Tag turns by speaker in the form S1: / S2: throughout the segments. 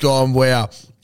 S1: gone, wow.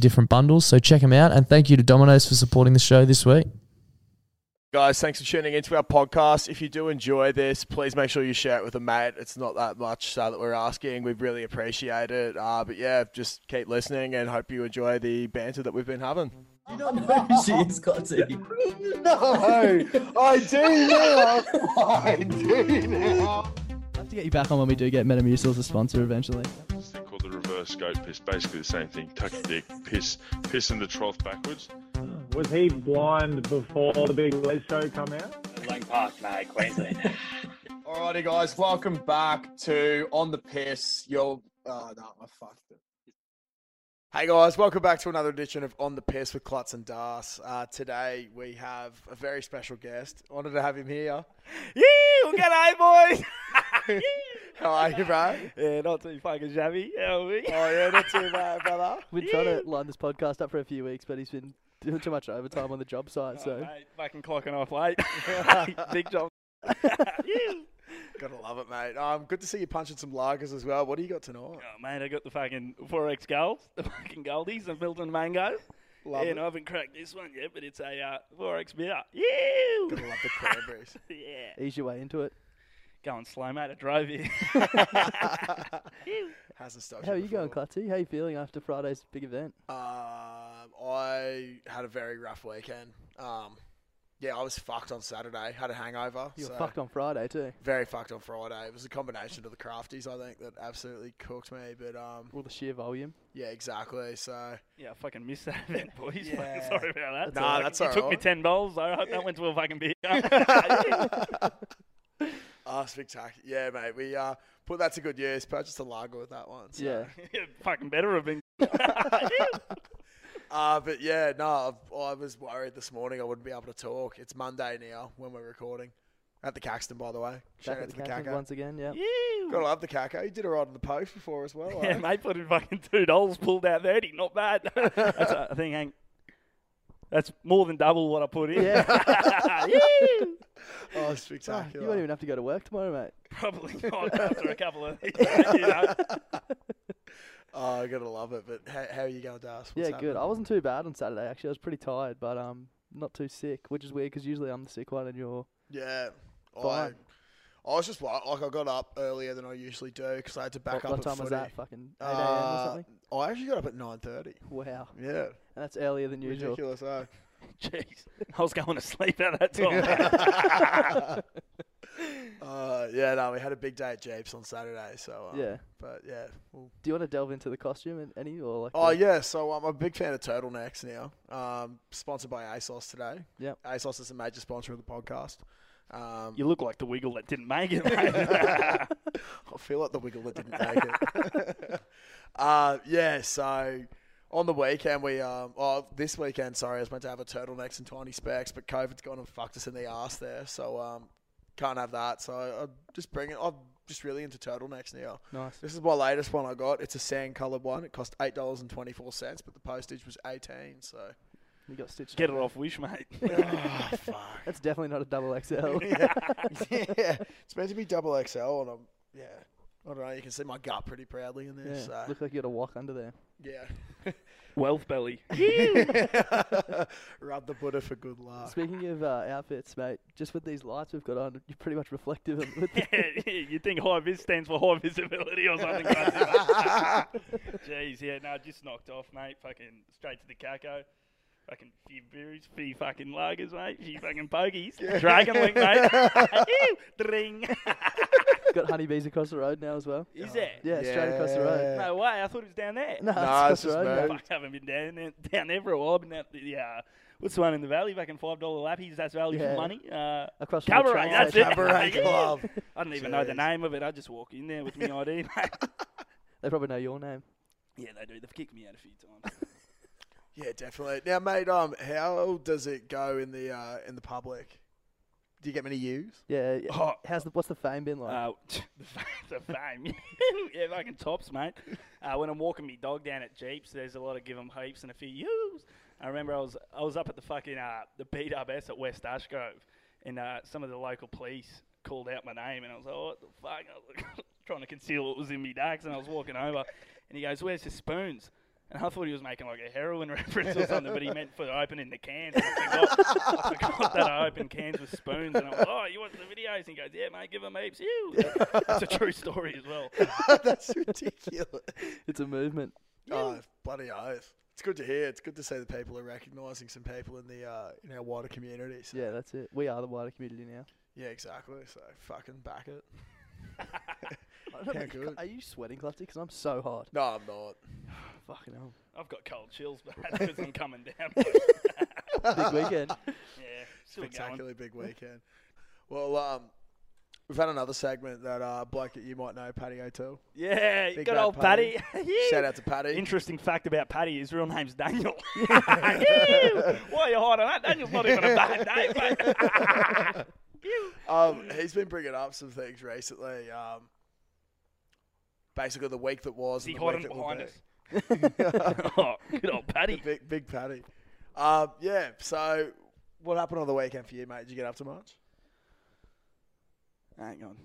S2: different bundles, so check them out. And thank you to Domino's for supporting the show this week.
S3: Guys, thanks for tuning into our podcast. If you do enjoy this, please make sure you share it with a mate. It's not that much uh, that we're asking. We really appreciate it. Uh, but yeah, just keep listening and hope you enjoy the banter that we've been having.
S4: she is Cotty.
S5: No, I do now. I do now.
S4: Have to get you back on when we do get Metamucil as a sponsor eventually.
S6: It's called the reverse goat piss. Basically the same thing. Tuck your dick, piss, piss in the trough backwards.
S7: Was he blind before the big Les show come out?
S3: Alrighty, guys, welcome back to On the Piss. Your oh, no, I fucked it. Hey guys, welcome back to another edition of On the Piss with Klutz and Das. Uh, today we have a very special guest. Wanted to have him here. Yeah, well, g'day boys. How are you, bro?
S8: Yeah, not too fucking shabby. How are we?
S3: Oh yeah, not too bad, brother.
S4: We've been trying to line this podcast up for a few weeks, but he's been doing too much overtime on the job site, so
S8: Oh, Mate, fucking clocking off late. Big job.
S3: Gotta love it, mate. Um, good to see you punching some lagers as well. What do you got tonight?
S8: Oh, mate, I got the fucking 4X goals, the fucking goldies, the Milton Mango.
S3: Love
S8: yeah,
S3: it.
S8: and I haven't cracked this one yet, but it's a uh, 4X beer. Yeah.
S3: Gotta love the cranberries.
S8: yeah.
S4: ease your way into it.
S8: Going slow, mate. I drove here.
S3: Hasn't stopped.
S4: How are you
S3: before.
S4: going, Clutzy? How are you feeling after Friday's big event?
S3: Um, I had a very rough weekend. Um, yeah, I was fucked on Saturday. Had a hangover.
S4: You were
S3: so
S4: fucked on Friday too.
S3: Very fucked on Friday. It was a combination of the crafties, I think, that absolutely cooked me. But um,
S4: All the sheer volume.
S3: yeah, exactly. So
S8: yeah, I fucking missed that event, boys. Fucking
S3: Yeah.
S8: sorry about that.
S3: Nah,
S8: It
S3: that's
S8: took me
S3: alright.
S8: ten dollars. I hope that went to a fucking beer.
S3: ah, spectacular. Yeah, mate. We uh put that to good use. Purchased a lager with that one. So.
S4: Yeah.
S8: fucking better have been.
S3: Uh, but yeah, no, I, I was worried this morning I wouldn't be able to talk. It's Monday now when we're recording. At the Caxton, by the way. Shout
S4: Back
S3: out
S4: at
S3: to
S4: the
S3: the
S4: Cactus
S3: Caco.
S4: once again. Yeah.
S3: Gotta love the Caco. He did all right on the post before as well. eh?
S8: Yeah, mate, put in fucking two dollars, pulled out thirty. Not bad. That's, uh, I think, Hank. That's more than double what I put in.
S4: Yeah.
S8: Yee.
S3: Oh,
S4: You
S3: spectacular.
S4: won't even have to go to work tomorrow, mate.
S8: Probably not after a couple of. these, you know.
S3: Oh, I gotta love it. But how, how are you going, Das? What's
S4: yeah,
S3: happening?
S4: good. I wasn't too bad on Saturday actually. I was pretty tired, but um, not too sick, which is weird because usually I'm the sick one and you're.
S3: Yeah. I,
S4: Fine.
S3: I was just like, like, I got up earlier than I usually do because I had to back
S4: what,
S3: up
S4: what
S3: at
S4: time was
S3: footy.
S4: that? Fucking 8 a.m. or
S3: Uh,
S4: something.
S3: I actually got up at nine thirty.
S4: Wow,
S3: Yeah,
S4: and that's earlier than usual.
S3: ridiculous. Eh?
S8: Jeez, I was going to sleep at that time.
S3: Uh, yeah, no, we had a big day at Jeeps on Saturday. So uh,
S4: Yeah.
S3: but yeah. Well,
S4: Do you want to delve into the costume and any or like?
S3: oh
S4: the-
S3: yeah, so I'm a big fan of turtlenecks now. Um, sponsored by ASOS today.
S4: Yep.
S3: ASOS is a major sponsor of the podcast. Um,
S8: you look like the wiggle that didn't make it. mate.
S3: I feel like the wiggle that didn't make it. uh, yeah, so on the weekend we um oh this weekend sorry I was meant to have a turtlenecks and tiny specs, but COVID's gone and fucked us in the ass there, so um can't have that. So I I'm just bring it. I'm just really into turtlenecks now.
S4: Nice.
S3: This is my latest one I got. It's a sand coloured one. It cost eight dollars and twenty four cents, but the postage was eighteen. So
S4: You got stitched.
S8: Get it
S4: up.
S8: off Wish, mate.
S3: oh, fuck.
S4: That's definitely not a double XL.
S3: yeah. yeah, it's meant to be double XL, and I'm yeah. I don't know. You can see my gut pretty proudly in
S4: yeah.
S3: this. so.
S4: Look like you got a walk under there.
S3: Yeah.
S8: Wealth belly.
S3: Rub the Buddha for good luck.
S4: Speaking of uh, outfits, mate, just with these lights we've got on, you're pretty much reflective. Of with the-
S8: you think high vis stands for high visibility or something? like Jeez, yeah, no, just knocked off, mate. Fucking straight to the caco. Fucking few beers, few fucking lagers, mate. Few fucking pokies. Dragon link, mate. Ew, dring.
S4: got honeybees across the road now as well.
S8: Is it?
S4: Yeah, straight across the road.
S8: No way. I thought it was down there.
S4: No,
S3: Nah, it's
S4: it's across
S3: just
S4: the road.
S3: moved.
S4: Mate.
S8: Fuck, I haven't been down there, down there for a while. I've been at the uh, what's the one in the valley? Fucking five dollar lappies. That's value
S4: Yeah.
S8: for money. Uh,
S4: Across from the
S8: cabaret.
S4: train
S8: That's it.
S4: station.
S3: Cabaret
S8: Yeah.
S3: Club.
S8: I don't even know the
S3: Jeez.
S8: name of it. I just walk in there with my ID. Mate.
S4: They probably know your name.
S8: Yeah, they do. They've kicked me out a few times.
S3: Yeah, definitely. Now, mate, um, how does it go in the uh, in the public? Do you get many U's?
S4: Yeah. yeah.
S8: Oh.
S4: How's the what's the fame been like?
S8: Uh, the fame, the fame. yeah, fucking tops, mate. Uh, when I'm walking my dog down at Jeeps, there's a lot of give 'em heaps and a few yous. I remember I was I was up at the fucking uh, the BWS at West Ashgrove, and uh, some of the local police called out my name, and I was like, what the fuck? I was like, trying to conceal what was in me ducks, and I was walking over, and he goes, where's your spoons? And I thought he was making like a heroin reference or something, but he meant for opening the cans. And I forgot, I forgot that I opened cans with spoons, and I was oh, you watch the videos? And he goes, yeah, mate, give them heaps. Ew. It's a true story as well.
S3: That's ridiculous.
S4: it's a movement.
S3: oh, bloody oath! It's good to hear. It's good to see the people are recognising some people in the uh, in our wider community. So, yeah.
S4: Yeah, that's it. We are the wider community now.
S3: exactly. So fucking back it.
S4: I don't know,
S3: Yeah,
S4: mate, you ca-
S3: good.
S4: Are you sweating, Clutzy? Because I'm so hot.
S3: No, I'm not.
S4: Fucking hell.
S8: I've got cold chills, but that's because I'm coming down.
S4: Big weekend.
S8: yeah, still going.
S3: Spectacularly big weekend. Well, um, we've had another segment that uh, bloke that you might know, Paddy O'Toole.
S8: Yeah,
S3: Big
S8: good
S3: bad
S8: old Paddy. Yeah.
S3: Shout out to Paddy.
S8: Interesting fact about Paddy, his real name's Daniel. Yeah. Why are you hiding that? Daniel's not even a bad name, mate.
S3: Um, he's been bringing up some things recently. Um, basically, the week that was.
S8: Is he
S3: and the week
S8: hiding
S3: that will
S8: behind
S3: be.
S8: us? oh, good old Paddy.
S3: Big, big Paddy. Um, yeah. So, what happened on the weekend for you, mate? Did you get up to much?
S8: Hang on.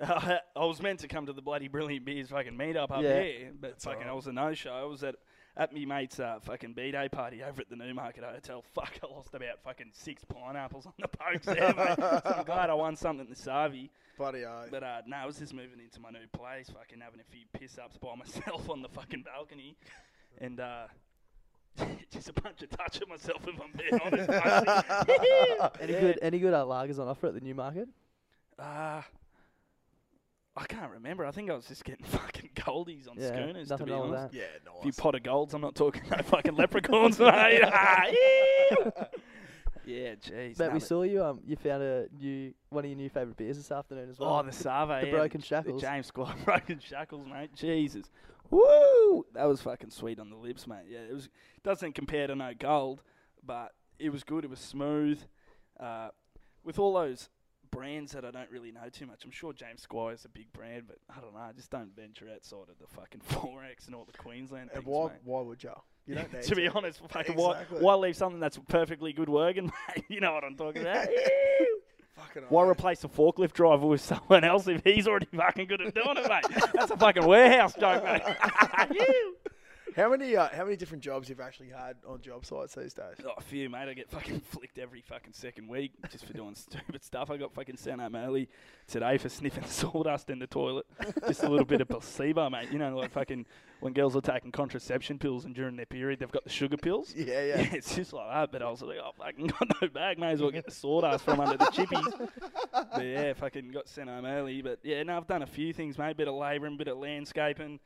S8: I was meant to come to the bloody Brilliant Beers fucking meetup up
S4: Yeah.
S8: here, but fucking
S3: alright.
S8: I was a no show. I was at at me mate's uh, fucking B day party over at the Newmarket Hotel. Fuck, I lost about fucking six pineapples on the pokes there, mate. So I'm glad I won something in the Savi.
S3: Bloody oh.
S8: But uh, no, I was just moving into my new place, fucking having a few piss ups by myself on the fucking balcony, and uh, just a bunch of touch of myself if I'm being honest. mate.
S4: Any good any good uh, lagers on offer at the new market?
S8: Uh, I can't remember. I think I was just getting fucking goldies on
S4: Yeah,
S8: schooners, to
S4: nothing
S8: be
S4: wrong with
S8: honest.
S4: that.
S3: Yeah,
S8: A few
S3: nice.
S8: pot of golds. I'm not talking no fucking leprechauns, mate. Ah, ew. yeah, jeez.
S4: Mate,
S8: nah,
S4: we
S8: but-
S4: saw you um you found a new one of your new favourite beers this afternoon as well.
S8: Oh, the Savo.
S4: the
S8: yeah,
S4: broken
S8: the-
S4: shackles.
S8: The James Squad broken shackles, mate. Jesus. Woo! That was fucking sweet on the lips, mate. Yeah, it was. Doesn't compare to no gold, but it was good. It was smooth. Uh, with all those brands that I don't really know too much. I'm sure James Squire's a big brand, but I don't know. I just don't venture outside of the fucking Forex and all the Queensland
S3: And
S8: things,
S3: why,
S8: mate.
S3: why would you? You don't need
S8: to be honest, fucking why,
S3: Exactly.
S8: why leave something that's perfectly good working, mate? You know what I'm talking about.
S3: Fucking
S8: Why
S3: oath.
S8: replace a forklift driver with someone else if he's already fucking good at doing it, mate? That's a fucking warehouse joke, mate. You.
S3: How many uh, how many different jobs you've actually had on job sites these days?
S8: Oh, a few, mate. I get fucking flicked every fucking second week just for doing stupid stuff. I got fucking sent home early today for sniffing sawdust in the toilet. Just a little bit of placebo, mate. You know, like fucking when girls are taking contraception pills and during their period they've got the sugar pills.
S3: Yeah, yeah.
S8: it's just like that. But I was like, oh, fucking got no bag. May as well get the sawdust from under the chippies. But yeah, fucking got sent home early. But yeah, no, I've done a few things, mate. Bit of labouring, bit of landscaping.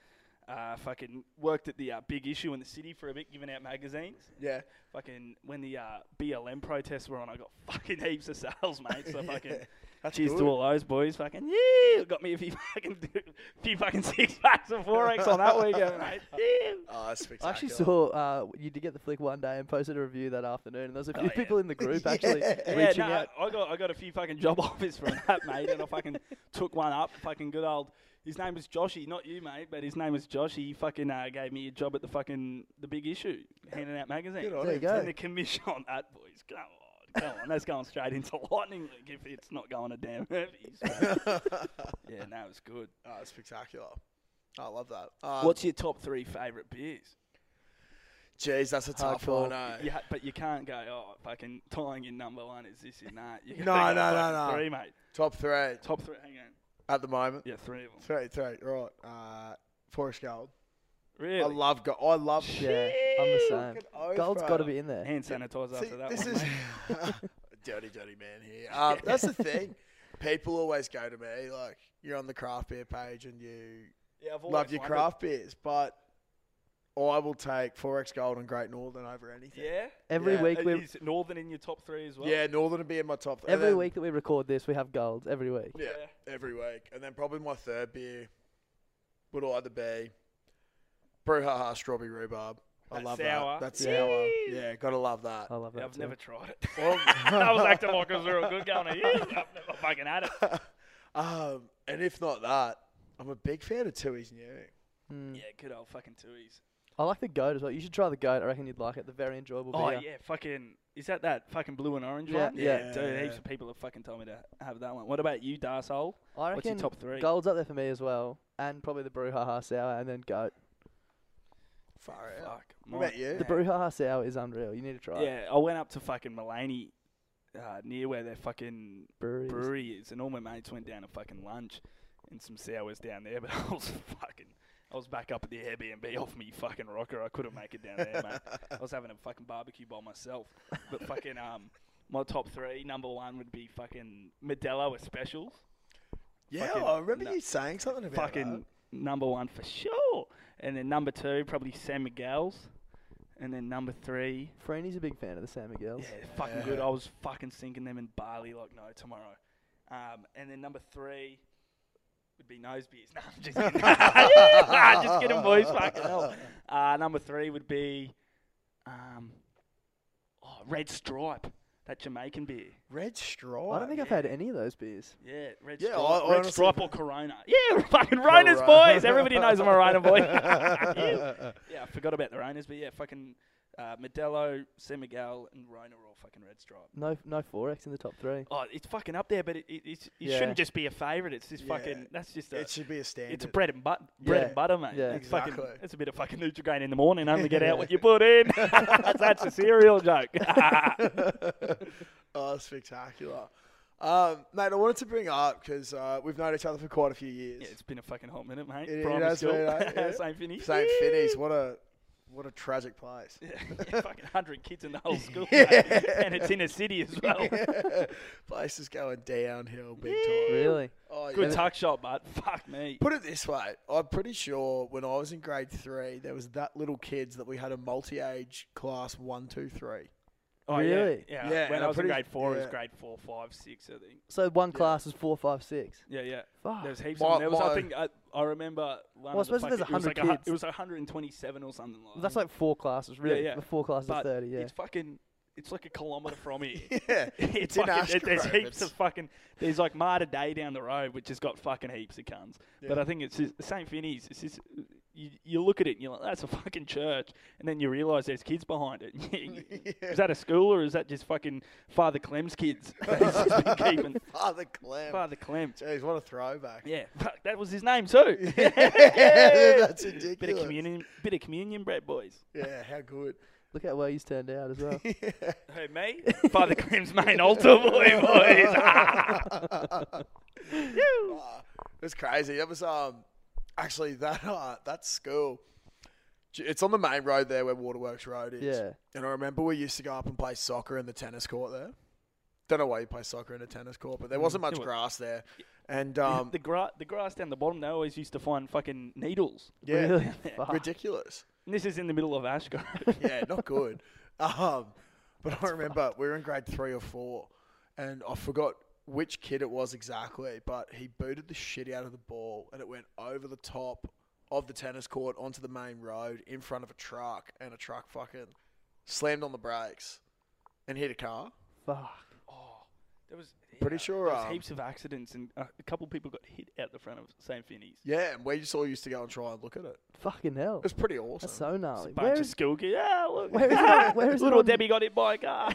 S8: Uh, fucking worked at the uh, big issue in the city for a bit, giving out magazines.
S3: Yeah.
S8: Fucking when the uh, BLM protests were on, I got fucking heaps of sales, mate. So fucking
S3: That's
S8: cheers
S3: good.
S8: to all those boys. Fucking yeah, got me a few fucking few fucking six packs of forex on that weekend, mate. Yeah.
S3: Oh, that's
S4: I
S3: spectacular.
S4: actually saw uh, you did get the flick one day and posted a review that afternoon, and there was a few people in the group actually
S8: Oh, Yeah,
S4: reaching
S8: no,
S4: out.
S8: I got I got a few fucking job offers from that, mate, and I fucking took one up. Fucking good old. His name was Joshy, not you, mate, but his name was Joshy. He fucking uh, gave me a job at the fucking the big issue, handing out magazines.
S3: Good on
S4: There you
S3: him.
S4: go.
S8: And the commission on that, boys. Come on. Come on. That's going straight into Lightning League if it's not going to damn Murphy's. yeah, no, it's good.
S3: Oh, that's spectacular. I love that. Um,
S8: What's your top three favourite beers?
S3: Jeez, that's a tough
S4: Hardcore.
S3: one. eh?
S8: You ha- but you can't go, oh, fucking tying in number one is this and that. You
S3: No,
S8: gotta go
S3: no, no,
S8: fucking
S3: no.
S8: Three, mate.
S3: Top three
S8: Top three. Hang on.
S3: at the moment.
S8: Yeah, three of them.
S3: Three, three. Right. Uh, Forest Gold.
S8: Really?
S3: I love gold. I love.
S4: Yeah, I'm the same.
S3: Fucking oath,
S4: Gold's got to
S3: brother.
S4: be in there.
S8: Hand sanitizer
S3: See,
S8: after that
S3: this
S8: one,
S3: is
S8: mate.
S3: dirty, dirty man here. Um, that's the thing. People always go to me like, "You're on the craft beer page and you
S8: Yeah, I've
S3: love
S8: always
S3: your
S8: wondered.
S3: craft beers," but I will take Forex Gold and Great Northern over anything.
S8: Yeah?
S4: Every
S3: Yeah,
S4: week
S8: Uh,
S4: we
S8: Is Northern in your top three as well?
S3: yeah, Northern would be in my top. and
S4: every
S3: then-
S4: week that we record this, we have golds every week.
S3: Yeah, every week, and then probably my third beer would either be Brouhaha Strawberry Rhubarb. I
S8: That
S3: love
S8: sour.
S3: that. That's
S4: Yeah.
S3: sour. Yeah, gotta love that.
S4: I love that.
S8: Yeah, I've
S4: too.
S8: never tried it. I was acting like it was real good going, yeah, I've never fucking had it.
S3: Um, and if not that, I'm a big fan of Tui's New.
S4: Mm.
S8: Yeah, good old fucking twoies.
S4: I like the goat as well. You should try the goat. I reckon you'd like it. The very enjoyable
S8: Oh yeah.
S4: beer.
S8: fucking is that that fucking blue and orange
S4: Yeah,
S8: one?
S4: yeah.
S8: dude,
S3: Yeah.
S8: heaps of people have fucking told me to have that one. What about you, Darsole?
S4: I reckon
S8: What's your top three?
S4: gold's up there for me as well, and probably the brouhaha sour, and then goat.
S3: Far out.
S8: Fuck,
S3: What
S8: mine-
S3: about you?
S4: The brouhaha sour is unreal. You need to try it.
S8: Yeah, I went up to fucking Mulaney, uh, near where their fucking
S4: Brewery. is-
S8: brewery is, and all my mates went down to fucking lunch and some sours down there. But I was fucking, I was back up at the Airbnb off me fucking rocker. I couldn't make it down there, mate. I was having a fucking barbecue by myself. But fucking um, my top three, number one would be fucking Modelo specials.
S3: Yeah,
S8: Fucking-
S3: I remember
S8: no.
S3: you saying something about
S8: fucking number one for sure. And then number two, probably San Miguel's. And then number three,
S4: Freeney's a big fan of the San Miguel's.
S8: yeah, fucking good.
S3: Yeah.
S8: I was fucking sinking them in barley like no tomorrow. Um, and then number three would be nose beers. No, I'm just kidding. Nah, just kidding, boys. Fucking hell. Uh, number three would be um, oh, Red Stripe, that Jamaican beer.
S3: Red Straw.
S4: I don't think I've had any of those beers.
S8: Yeah, Red
S3: Yeah,
S8: Stripe.
S3: I- I
S8: Red
S3: honestly-
S8: Stripe or Corona. Yeah, fucking Ronas,
S3: Corona.
S8: boys. Everybody knows I'm a Rona boy. yeah. Yeah, I forgot about the Ronas, but yeah, fucking uh, Modelo, San Miguel, and Rona are all fucking Red Stripe.
S4: No, no forex in the top three.
S8: Oh, it's fucking up there, but it, it, it's, it
S4: Yeah.
S8: shouldn't just be a favourite. It's just
S3: Yeah.
S8: fucking. That's just a.
S3: It
S8: It's,
S3: should be a standard.
S8: a bread and butter, bread
S4: Yeah.
S8: and butter, mate.
S4: Yeah.
S8: it's fucking.
S3: Exactly.
S8: It's a bit of fucking Nutrigrain in the morning. Only get out what you put in. that's, that's a cereal joke.
S3: oh, spectacular. Um, mate, I wanted to bring up because uh, we've known each other for quite a few years.
S8: yeah, it's been a fucking hot minute, mate.
S3: It- it
S8: Primary
S3: has been,
S8: school.
S3: eh? Yeah.
S8: Same finish.
S3: St. Finney's, what a what a tragic place.
S8: Yeah, yeah, fucking hundred kids in the whole school, mate. and it's in a city as well.
S3: place is going downhill big time.
S4: Really?
S3: Oh, yeah.
S8: Good tuck shot, but fuck me.
S3: Put it this way, I'm pretty sure when I was in grade three, there was that little kids that we had a multi-age class one, two, three.
S8: Oh,
S4: Really?
S8: Yeah. yeah.
S3: Yeah,
S8: when
S3: and
S8: I
S3: I'm
S8: was in
S3: pretty-
S8: grade four, it was
S3: yeah.
S8: grade four, five, six, I think.
S4: So one class is four, five, six.
S8: Yeah, yeah.
S4: Fuck.
S8: There was heaps.
S3: My-
S8: of them. There was, I
S3: my-
S8: think, I, I remember one.
S4: Well, I
S8: of the
S4: suppose if there's
S8: fucking- it was
S4: 100
S8: like a hu-
S4: kids.
S8: it was 127 or something like.
S4: Well, that's like four classes, really.
S8: yeah.
S4: The four classes
S8: But
S4: of thirty. Yeah.
S8: It's fucking. It's like a kilometre from here.
S3: Yeah, it's in
S8: fucking- there- There's
S3: Ashgrove,
S8: heaps
S3: it's-
S8: of fucking. There's like Marta Day down the road, which has got fucking heaps of cunts. But
S3: Yeah.
S8: I think it's just, the same thing. Is it's just, you, you look at it and you're like, that's a fucking church, and then you realise there's kids behind it. Is that a school or is that just fucking Father Clem's kids? that he's just been keeping?
S3: Father Clem.
S8: Father Clem.
S3: Jeez, what a throwback.
S8: Yeah, fuck, that was his name too.
S3: that's
S8: Bit of
S3: ridiculous.
S8: communion, bit of communion bread, boys.
S3: Yeah, how good.
S4: Look how well he's turned out as well.
S8: Who me? Father Clem's main altar boy, boys.
S3: It's crazy. That was um, actually that uh, that school. j- It's on the main road there where Waterworks Road is.
S4: Yeah.
S3: And I remember we used to go up and play soccer in the tennis court there. Don't know why you play soccer in a tennis court, but there wasn't much
S8: Yeah, well-
S3: grass there. And
S8: Yeah,
S3: um,
S8: the, gra- the grass down the bottom, they always used to find fucking needles.
S3: yeah,
S8: and
S3: ridiculous.
S8: this is in the middle of Ashgrove.
S3: yeah, not good. Um, but I remember we were in grade three or four, and I forgot which kid it was exactly, but he booted the shit out of the ball, and it went over the top of the tennis court onto the main road in front of a truck, and a truck fucking slammed on the brakes and hit a car.
S4: Fuck.
S8: There was yeah,
S3: Pretty sure,
S8: There was
S3: um,
S8: heaps of accidents, and uh, a couple people got hit out the front of St. Finney's.
S3: Yeah, and we just all used to go and try and look at it.
S4: Fucking hell.
S3: It was pretty awesome.
S4: That's so
S8: It's a
S4: gnarly.
S8: bunch
S4: Where
S8: of
S4: is,
S8: school kids. Yeah, look.
S4: where is it on- where is it
S8: Little
S4: on-
S8: Debbie got hit by a car.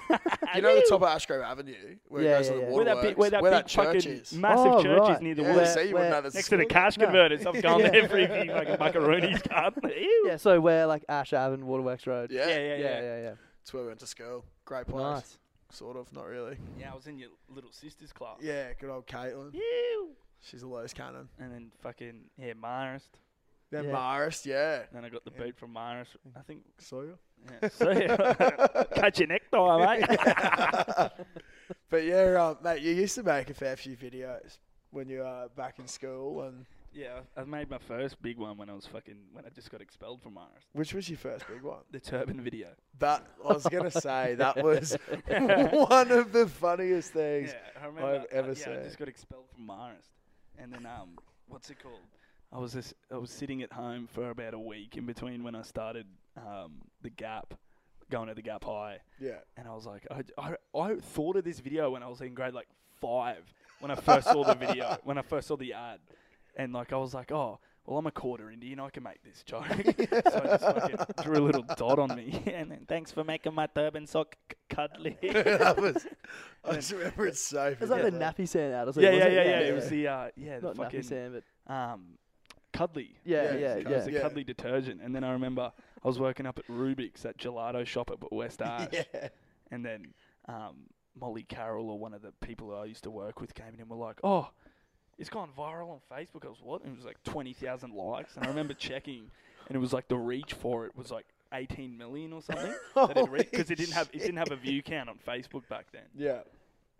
S3: you know the top of Ashgrove Avenue where
S4: Yeah,
S3: it goes
S4: yeah,
S3: to the
S4: yeah.
S8: where that big,
S3: waterworks,
S8: where that big
S3: church
S8: fucking
S3: is.
S8: massive
S4: Oh,
S8: church is
S4: right.
S8: near the
S3: yeah,
S8: wall.
S3: so you wouldn't
S4: where-
S3: know the
S8: Next to the
S3: school.
S8: cash
S4: No.
S8: converters, I've gone
S4: Yeah.
S8: there for a few fucking macaroni's cart. Ew.
S4: yeah, so where like Ash Ave and Waterworks Road.
S3: Yeah,
S8: yeah, yeah,
S4: yeah, yeah. yeah,
S3: It's where we went to school. Great place.
S4: Nice.
S3: Sort of, not really.
S8: Yeah, I was in your little sister's class.
S3: Yeah, good old Caitlin.
S8: Ew.
S3: She's a loose cannon.
S8: And then fucking yeah, Marist.
S3: Then
S4: Yeah.
S3: Marist, yeah.
S8: Then I got the
S3: Yeah.
S8: boot from Marist. I think.
S3: Sawyer.
S8: Yeah, so cut your necktie, mate.
S3: But yeah, um, mate, you used to make a fair few videos when you were back in school. And
S8: yeah, I made my first big one when I was fucking when I just got expelled from Marist.
S3: which was your first big one?
S8: The turban video.
S3: That I was gonna say that was one of the funniest things.
S8: Yeah, I remember.
S3: I've ever
S8: uh, yeah, I
S3: seen.
S8: just got expelled from Marist, and then um, what's it called? I was just, I was sitting at home for about a week in between when I started um the gap, going to the gap high.
S3: Yeah,
S8: and I was like, I, I, I thought of this video when I was in grade like five, when I first saw the video, when I first saw the ad, and like I was like, oh, well I'm a quarter Indian, I can make this joke. so I just fucking drew a little dot on me, and then thanks for making my turban sock c- cuddly. yeah,
S3: that was. I just remember it's so.
S4: It's like
S3: vividly.
S4: the nappy sand out or something.
S8: yeah, yeah,
S4: wasn't
S8: yeah,
S4: it?
S8: It was the uh, yeah, the
S4: Not nappy
S8: fucking
S4: sand, but
S8: um, cuddly.
S4: yeah,
S3: Yeah,
S4: yeah,
S8: It
S4: yeah.
S8: was a
S3: Yeah.
S8: cuddly detergent, and then I remember I was working up at Rubik's, that gelato shop at West Arch,
S3: Yeah.
S8: And then um, Molly Carroll or one of the people I used to work with came in and were like, "Oh, it's gone viral on Facebook." I was what? And it was like twenty thousand likes. And I remember checking, and it was like the reach for it was like eighteen million or something. Because it didn't have it didn't have a view count on Facebook back then.
S3: Yeah.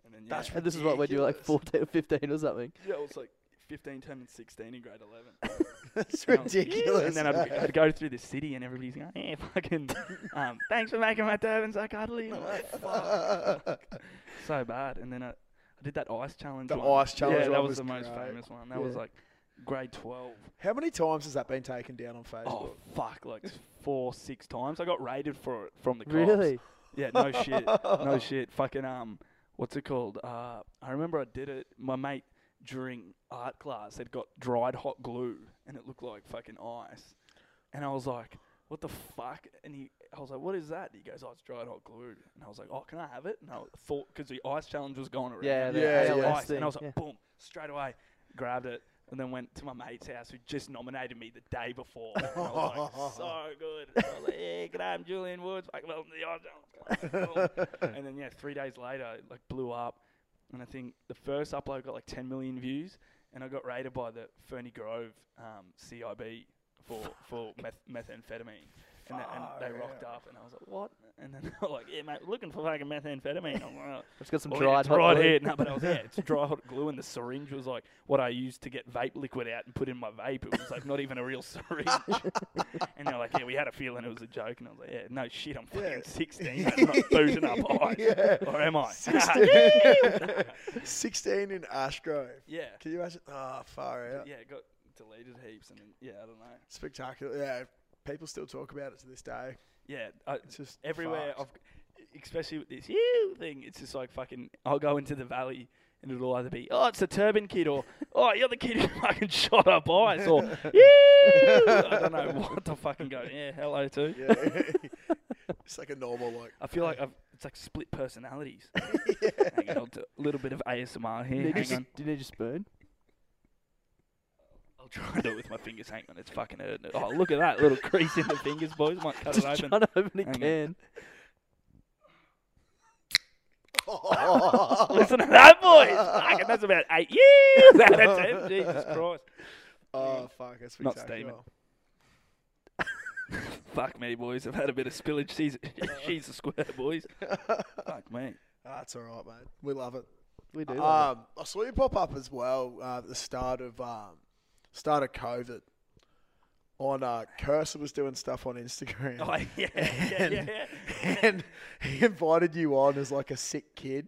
S8: And then yeah,
S3: That's
S4: And this is what when you were like 14 or 15 or something.
S8: yeah, it was like 15, 10, and sixteen in grade eleven.
S3: That's
S8: And I was-
S3: ridiculous.
S8: Um, And then I'd, I'd go through the city and everybody's going, "Yeah, fucking, um, thanks for making my turban so cuddly." And I'm like, "Fuck." so bad. And then I, I did that ice challenge.
S3: The
S8: one.
S3: ice challenge
S8: Yeah, that
S3: one
S8: was,
S3: was
S8: the most
S3: great.
S8: famous one. That was
S4: Yeah.
S8: like grade twelve.
S3: How many times has that been taken down on Facebook?
S8: Oh fuck, like four, six times. I got raided for it from the cops.
S4: Really?
S8: Yeah, no shit, no shit. Fucking um, what's it called? Uh, I remember I did it. My mate during art class had got dried hot glue, and it looked like fucking ice. And I was like, "What the fuck?" And he, I was like, "What is that?" And he goes, "Oh, it's dried hot glue." And I was like, "Oh, can I have it?" And I thought because the ice challenge was going around.
S4: Yeah, the
S3: Yeah,
S8: It was
S3: yeah.
S8: ice, and I was like,
S4: Yeah.
S8: "Boom!" Straight away, grabbed it. And then went to my mate's house, who just nominated me the day before. And I was like, so good. I was like, yeah, Graham, Julian Woods, fuck, welcome to the Ice Challenge. Boom. And then yeah, three days later, it like blew up, and I think the first upload got like 10 million views, and I got raided by the Fernie Grove um, CIB for for meth- methamphetamine. And, the- and they rocked up, and I was like, "What?" And then they were like, "Yeah, mate, looking for fucking methamphetamine." I'm like,
S4: It's got some
S8: "Oh, yeah,
S4: dried
S8: it's
S4: hot
S8: right
S4: glue.
S8: here. No, but I was, yeah, it's dry hot glue, and the syringe was like what I used to get vape liquid out and put in my vape. It was like not even a real syringe. and they're like, yeah, we had a feeling it was a joke, and I was like, yeah, no shit, I'm fucking 16, I'm not booting up high, or am I?
S3: 16 in Ashgrove.
S8: yeah,
S3: Can you imagine? Ah, far out.
S8: yeah, it got deleted heaps, and then, yeah, I don't know.
S3: Spectacular. Yeah. People still talk about it to this day.
S8: Yeah, I,
S3: It's just
S8: everywhere.
S3: fucked.
S8: I've, especially with this you thing, it's just like fucking. I'll go into the valley and it'll either be oh it's the turban kid or oh you're the kid who fucking shot up ice or you. I don't know what to fucking go. Yeah, hello too.
S3: it's like a normal like.
S8: I feel like I've, it's like split personalities. Hang on, to- a little bit of ASMR here.
S4: Need your
S8: Hang
S4: s-
S8: on.
S4: Do you need your spoon?
S8: I'll try and do it with my fingers. Hang on, it's fucking hurting. it. Oh, look at that little crease in the fingers, boys. Might cut it
S4: Just
S8: open.
S4: trying to open a
S8: Hang on.
S4: can.
S3: oh,
S8: Listen to that, boys. Fucking, that's about eight years. That's it. Jesus Christ.
S3: Oh fuck, that's
S8: Not
S3: exactly
S8: stamen.
S3: what-
S8: Fuck me, boys. I've had a bit of spillage. She's, she's a square, boys. Fuck me.
S3: Ah, That's all right, mate. We love it.
S4: We do.
S8: Ah,
S4: love
S3: Um, I saw you pop up as well uh, at the start of um, start of COVID. On uh, Cursor was doing stuff on Instagram,
S8: Oh, yeah, yeah, yeah, yeah.
S3: and he invited you on as like a sick kid.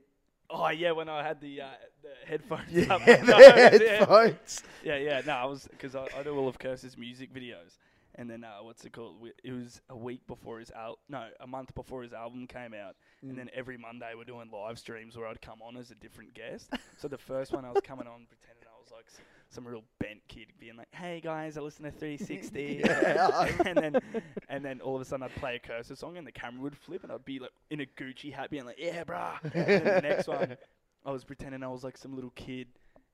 S8: Oh, yeah, when I had the, uh, the headphones
S3: Yeah,
S8: up.
S3: the
S8: No, Oh, yeah.
S3: headphones.
S8: Yeah, yeah. No, I was because I, I do all of Curse's music videos, and then uh, what's it called? We- It was a week before his al no, a month before his album came out, and then every Monday we're doing live streams where I'd come on as a different guest. so the first one I was coming on pretending I was like s- some real bent kid, being like, "Hey guys, I listen to 360," and then and then all of a sudden I'd play a Curse song, and the camera would flip, and I'd be like in a Gucci hat, being like, "Yeah, bruh." And then the next one, I was pretending I was like some little kid,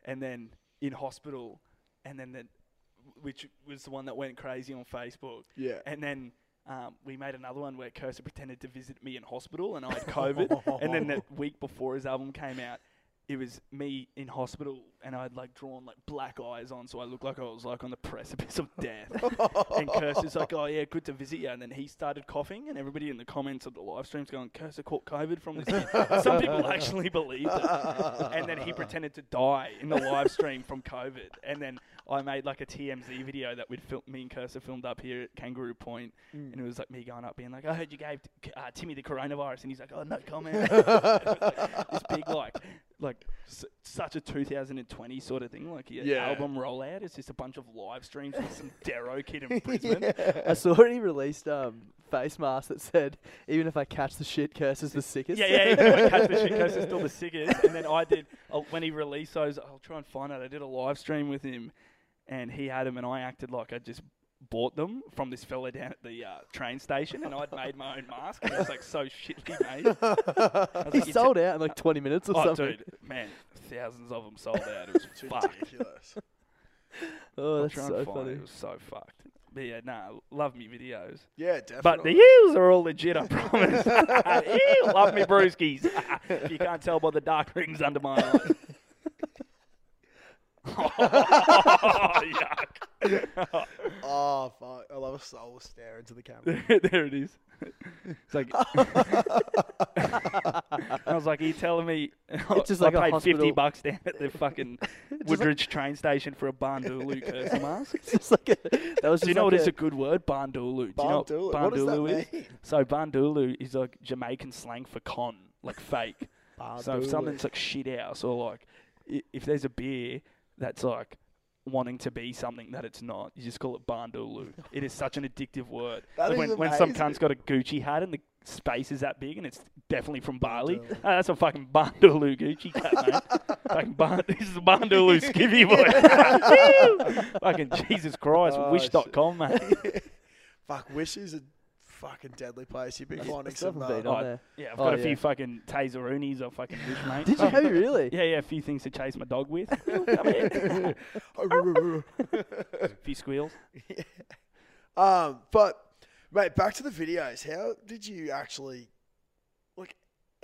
S8: and then in hospital, and then the, which was the one that went crazy on Facebook.
S3: Yeah.
S8: And then um, we made another one where Cursor pretended to visit me in hospital, and I had COVID. and then the week before his album came out, it was me in hospital, and I had like drawn like black eyes on, so I looked like I was like on the precipice of death. and Cursor's like, "Oh yeah, good to visit you." And then he started coughing, and everybody in the comments of the live streams going, "Cursor caught COVID from this." kid." Some people actually believed it, and then he pretended to die in the live stream from COVID. And then I made like a TMZ video that we'd film, me and Cursor filmed up here at Kangaroo Point, and it was like me going up being like, "I heard you gave t- uh, Timmy the coronavirus," and he's like, "Oh no comment." this big like like s- such a 2020 sort of thing. Like your
S3: Yeah.
S8: album rollout is just a bunch of live streams with some Darrow kid in Brisbane.
S4: I saw when he released um face mask that said, "Even if I catch the shit, curse is the sickest."
S8: Yeah, yeah, yeah. Like, Catch the shit coast is still the sickest. And then I did uh, when he released those. I'll try and find out. I did a live stream with him, and he had them, and I acted like I just bought them from this fella down at the uh, train station, and I'd made my own mask, and it was like so shitly made. I was like,
S4: he
S8: it's a-
S4: sold out in like 20 minutes or
S8: Oh,
S4: something.
S8: dude, man, thousands of them sold out. It was fucked.
S3: Ridiculous.
S4: Oh,
S8: I'll
S4: that's
S8: try and
S4: so
S8: find it.
S4: funny.
S8: It was so fucked. But yeah, nah, love me videos.
S3: Yeah, definitely.
S8: But the heels are all legit, I promise. Ew, love me brewskis. If you can't tell by the dark rings under my eyes. oh, yuck.
S3: oh fuck, I love a soul stare into the camera.
S8: there it is. It's like I was like, "Are you telling me?"
S4: It's just
S8: I
S4: like a
S8: paid fifty
S4: hospital-
S8: bucks down at the fucking Woodridge train station for a Barndulu curse mask.
S4: It's just like a- that was
S8: Do you
S4: just
S8: know
S4: like
S8: what is
S4: a-
S8: a good word? Bandulu. Do you know
S3: Bandulu.
S8: what
S3: What does that
S8: bandulu is?
S3: mean?
S8: So bandulu is like Jamaican slang for con, like fake. so if
S3: Bandulu.
S8: something's like shit house or like i- if there's a beer that's like wanting to be something that it's not, you just call it bandulu. it is such an addictive word.
S3: That is
S8: Like when, when some
S3: amazing.
S8: cunt's got a Gucci hat and the space is that big and it's definitely from Bali, oh, that's a fucking bandulu Gucci cut, mate. fucking band- this is a bandulu skivvy boy. fucking Jesus Christ,
S3: Oh,
S8: wish dot com, mate.
S3: fuck, Wish is a fucking deadly place. You'd be finding
S4: Stuff
S3: some.
S4: have been
S3: Uh,
S4: on
S8: Oh,
S4: there.
S8: Yeah, I've
S4: Oh,
S8: got a
S4: yeah.
S8: few fucking taseroonies or fucking wish, mate.
S4: Did you have you really?
S8: Yeah, yeah, a few things to chase my dog with. Come here.
S3: Oh,
S8: a few squeals.
S3: um, but mate, back to the videos. How did you actually, like,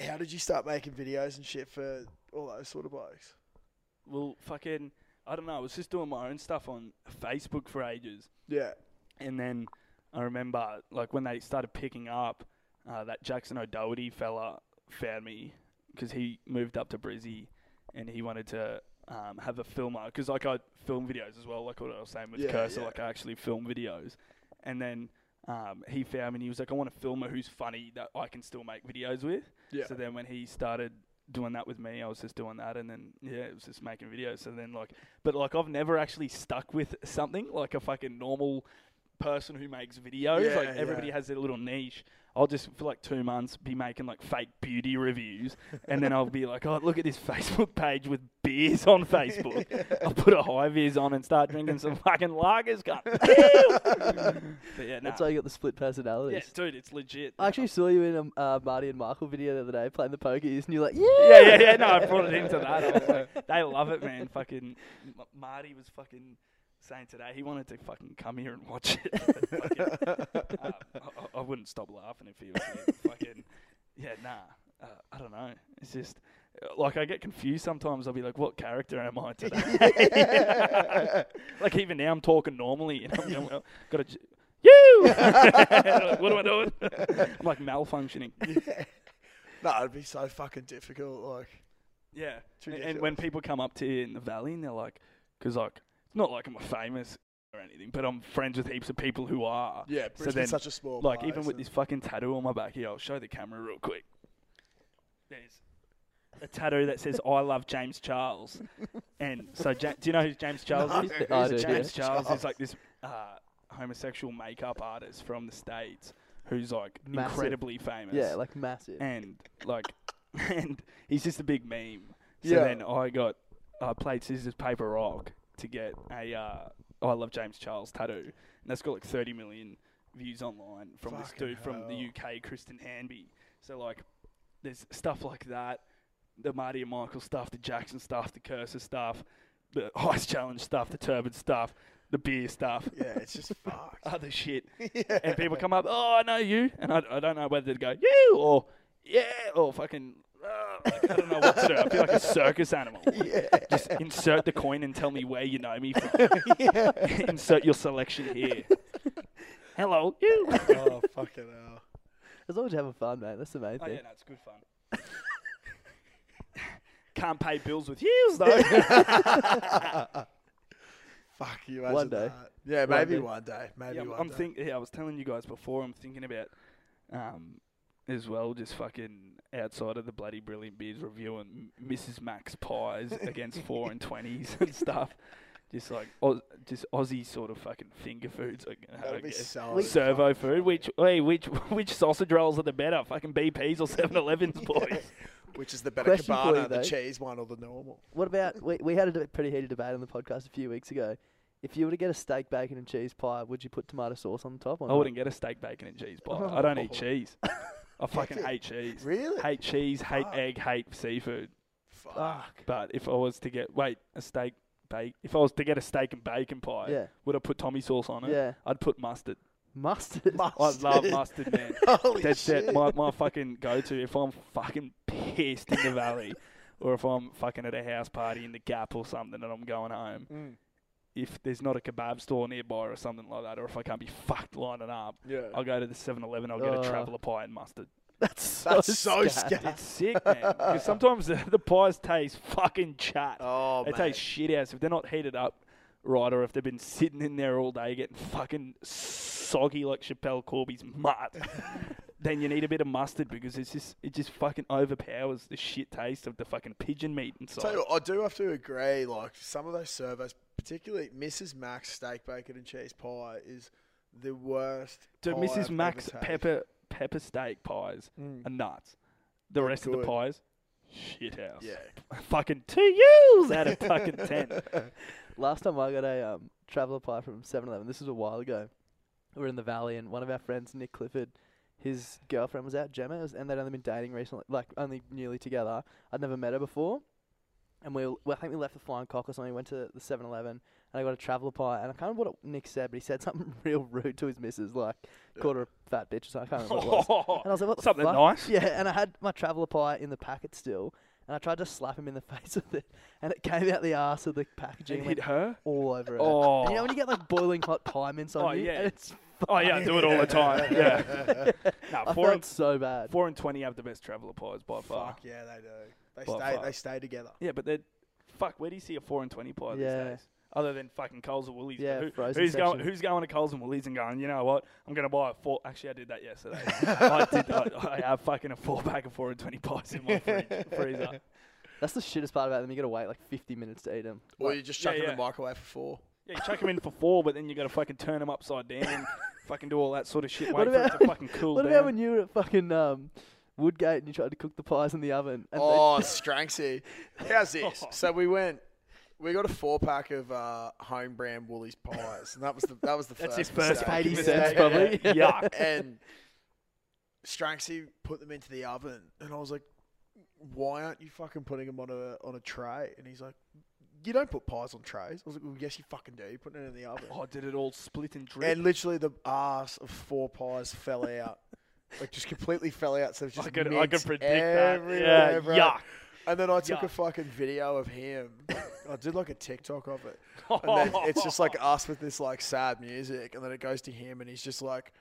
S3: how did you start making videos and shit for all those sort of bikes?
S8: Well, fucking, I don't know. I was just doing my own stuff on Facebook for ages.
S3: Yeah,
S8: And then I remember, like, when they started picking up, uh, that Jackson O'Doherty fella found me because he moved up to Brizzy and he wanted to um, have a filmer. Because, like, I film videos as well, like what I was saying with
S3: Yeah,
S8: Cursor,
S3: yeah.
S8: like, I actually film videos. And then um, he found me and he was like, I want a filmer who's funny that I can still make videos with.
S3: Yeah.
S8: So then when he started doing that with me, I was just doing that, and then yeah, it was just making videos. So then like, but like I've never actually stuck with something like a fucking normal person who makes videos.
S3: Yeah,
S8: like everybody
S3: yeah.
S8: has their little niche. I'll just for like two months be making like fake beauty reviews, and then I'll be like, oh, look at this Facebook page with beers on Facebook. I'll put a high vis on and start drinking some fucking lagers. cunt. but yeah, nah.
S4: That's how you got the split personalities.
S8: yeah, dude, it's legit.
S4: I actually saw you in a uh, Marty and Michael video the other day playing the pokies, and you're like, yeah,
S8: yeah, yeah, yeah. No, I brought it into that. I was like, they love it, man. Fucking M- Marty was fucking saying today he wanted to fucking come here and watch it. But fucking, um, I- I, I wouldn't stop laughing if he was here. fucking yeah, nah. Uh, I don't know. It's just uh, like I get confused sometimes. I'll be like, "What character am I today?" like even now, I'm talking normally, and I'm going, well, "Got to." J- you! Like, what am I doing? I'm like malfunctioning.
S3: No, it'd be so fucking difficult. Like,
S8: Yeah. And, and when people come up to you in the valley and they're like, because like, it's not like I'm a famous or anything, but I'm friends with heaps of people who are.
S3: yeah,
S8: So
S3: Brisbane's
S8: then,
S3: such a small
S8: like,
S3: place,
S8: even with
S3: and-
S8: this fucking tattoo on my back here, I'll show the camera real quick. There's a tattoo that says "I love James Charles," and so ja- do you know who James Charles is?
S4: I do,
S8: James
S4: yeah.
S8: Charles is like this uh, homosexual makeup artist from the states who's like
S4: Massive.
S8: incredibly famous
S4: yeah, like massive.
S8: and like and he's just a big meme. So
S3: Yeah.
S8: then I got I played scissors paper rock to get a uh, I love James Charles tattoo, and that's got like 30 million views online from this
S3: Fucking
S8: dude from the UK, Kristen Hanby. So like, there's stuff like that, the Marty and Michael stuff, the Jackson stuff, the Cursor stuff, the Ice Challenge stuff, the Turban stuff, the beer stuff
S3: yeah, it's just fucked.
S8: other shit.
S3: Yeah.
S8: And people come up, oh, I know you. And I, I don't know whether to go, you, or yeah, or fucking, uh, like, I don't know what to do. I feel like a circus animal. Just insert the coin and tell me where you know me from. insert your selection here. Hello, you.
S3: oh fucking hell.
S4: As long as you're having fun, man, that's the main
S8: Oh,
S4: thing.
S8: yeah, no, it's good fun. Can't pay bills with heels, though.
S3: Fuck you. One
S4: One
S3: day.
S4: day.
S3: Yeah, maybe
S4: day.
S3: one day. Maybe
S8: Yeah, I'm,
S3: one
S8: I'm
S3: day.
S8: thinking. Yeah, I was telling you guys before. I'm thinking about, um, as well, just fucking outside of the bloody brilliant beers reviewing M- Mrs. Max pies against four and twenties and stuff. Just like Oz, just Aussie sort of fucking finger foods. I, gu- I
S3: That'd be
S8: guess.
S3: so.
S8: Servo food. Which hey, which which sausage rolls are the better? Fucking BP's or 7-Elevens, boys.
S3: Which is the better
S4: Question for
S3: cabana,
S4: you,
S3: the
S4: though.
S3: cheese one or the normal?
S4: What about we, we had a d- pretty heated debate on the podcast a few weeks ago. If you were to get a steak, bacon, and cheese pie, would you put tomato sauce on the top? Or
S8: I wouldn't get a steak, bacon, and cheese pie. I don't eat cheese. I fucking
S3: it.
S8: hate cheese.
S3: Really?
S8: Hate cheese. Hate
S3: Fuck.
S8: egg. Hate seafood.
S3: Fuck.
S8: oh, But if I was to get wait a steak bake, if I was to get a steak and bacon pie,
S4: Yeah.
S8: would I put Tommy sauce on it?
S4: Yeah.
S8: I'd put mustard.
S4: Mustard.
S8: I love mustard, man.
S3: Holy
S8: That's
S3: shit.
S8: it. My my fucking go to if I'm fucking pissed in the valley, or if I'm fucking at a house party in the Gap or something and I'm going home.
S3: Mm.
S8: If there's not a kebab store nearby or something like that, or if I can't be fucked lining up,
S3: Yeah.
S8: I'll go to the 7-Eleven. I'll get a
S4: Uh.
S8: traveller pie and mustard.
S4: That's so
S3: That's so
S4: scat.
S3: scat.
S8: It's sick, man. 'Cause sometimes the, the pies taste fucking chat.
S3: Oh,
S8: they
S3: mate.
S8: taste shit ass if they're not heated up right, or if they've been sitting in there all day getting fucking soggy like Chappelle Corby's mutt. then you need a bit of mustard because it's just it just fucking overpowers the shit taste of the fucking pigeon meat inside.
S3: Tell you what, I do have to agree. Like some of those servos, particularly Mrs. Max steak, bacon, and cheese pie, is the worst.
S8: Dude,
S3: pie I've
S8: Mrs.
S3: ever
S8: Max
S3: tasted.
S8: pepper pepper steak pies are nuts. The rest of
S3: good.
S8: the pies, shit house.
S3: Yeah.
S8: fucking two U's out of fucking ten.
S4: Last time I got a um, traveller pie from 7-Eleven, this was a while ago. We were in the valley, and one of our friends, Nick Clifford, his girlfriend was out, Gemma, was- and they'd only been dating recently, like only newly together. I'd never met her before, and we, were- well, I think we left the Flying Cock or something. Went to the 7-Eleven, and I got a traveller pie, and I can't remember what it- Nick said, but he said something real rude to his missus, like called her a fat bitch or something. I can't remember what it was. And I was like, what the
S8: Something
S4: fuck?
S8: nice.
S4: Yeah, and I had my traveller pie in the packet still, and I tried to slap him in the face with it, and it came out the arse of the packaging.
S8: It
S4: and went
S8: hit her.
S4: all over it.
S8: Oh.
S4: And you know when you get like boiling hot pime inside
S8: Oh,
S4: you?
S8: yeah.
S4: And it's
S8: Oh yeah, I do it all the time. Yeah. nah,
S4: I
S8: four
S4: felt
S8: and,
S4: so bad.
S8: four and twenty have the best traveller pies by far.
S3: Fuck yeah, they do. They
S8: Well,
S3: stay.
S8: fuck.
S3: They stay together.
S8: Yeah, but they're fuck. Where do you see a four and twenty pie
S4: Yeah.
S8: these days? Other than fucking Coles and Woolies.
S4: Yeah,
S8: Who-
S4: frozen
S8: who's going?
S4: section.
S8: Who's going to Coles and Woolies and going? You know what? I'm going to buy a four. Actually, I did that yesterday. I did. I, I have fucking a four pack of four and twenty pies in my fridge, freezer.
S4: That's the shittest part about them. You gotta wait like 50 minutes to eat them.
S3: Or you just chuck
S8: yeah,
S3: it in
S8: yeah.
S3: the microwave for four.
S8: Yeah, you chuck them in for four, but then you got to fucking turn them upside down and fucking do all that sort of shit.
S4: What
S8: Wait for it
S4: about-
S8: to fucking cool
S4: what
S8: down.
S4: about when you were at fucking um, Woodgate and you tried to cook the pies in the oven? And they-
S3: Oh, Stranksy. How's
S8: Oh.
S3: this? So we went. We got a four pack of uh, home brand Woolies pies, and that was the that was the
S8: That's his
S3: first mistake.
S8: first fucking
S3: Mistake,
S8: mistake, probably.
S3: yeah.
S8: Yuck.
S3: And Stranksy put them into the oven, and I was like, "Why aren't you fucking putting them on a on a tray?" And he's like, "You don't put pies on trays." I was like, well, "Yes, you fucking do. You're putting it in the oven."
S8: oh, did it all split and drip?
S3: And literally, the ass of four pies fell out, like just completely fell out. So it was just
S8: I could- I
S3: mids
S8: could predict that.
S3: everywhere,
S8: Yeah,
S3: bro.
S8: yuck.
S3: And then I took a
S8: Yuck.
S3: fucking video of him. I did like a TikTok of it, and then it's just like us with this like sad music, and then it goes to him, and he's just like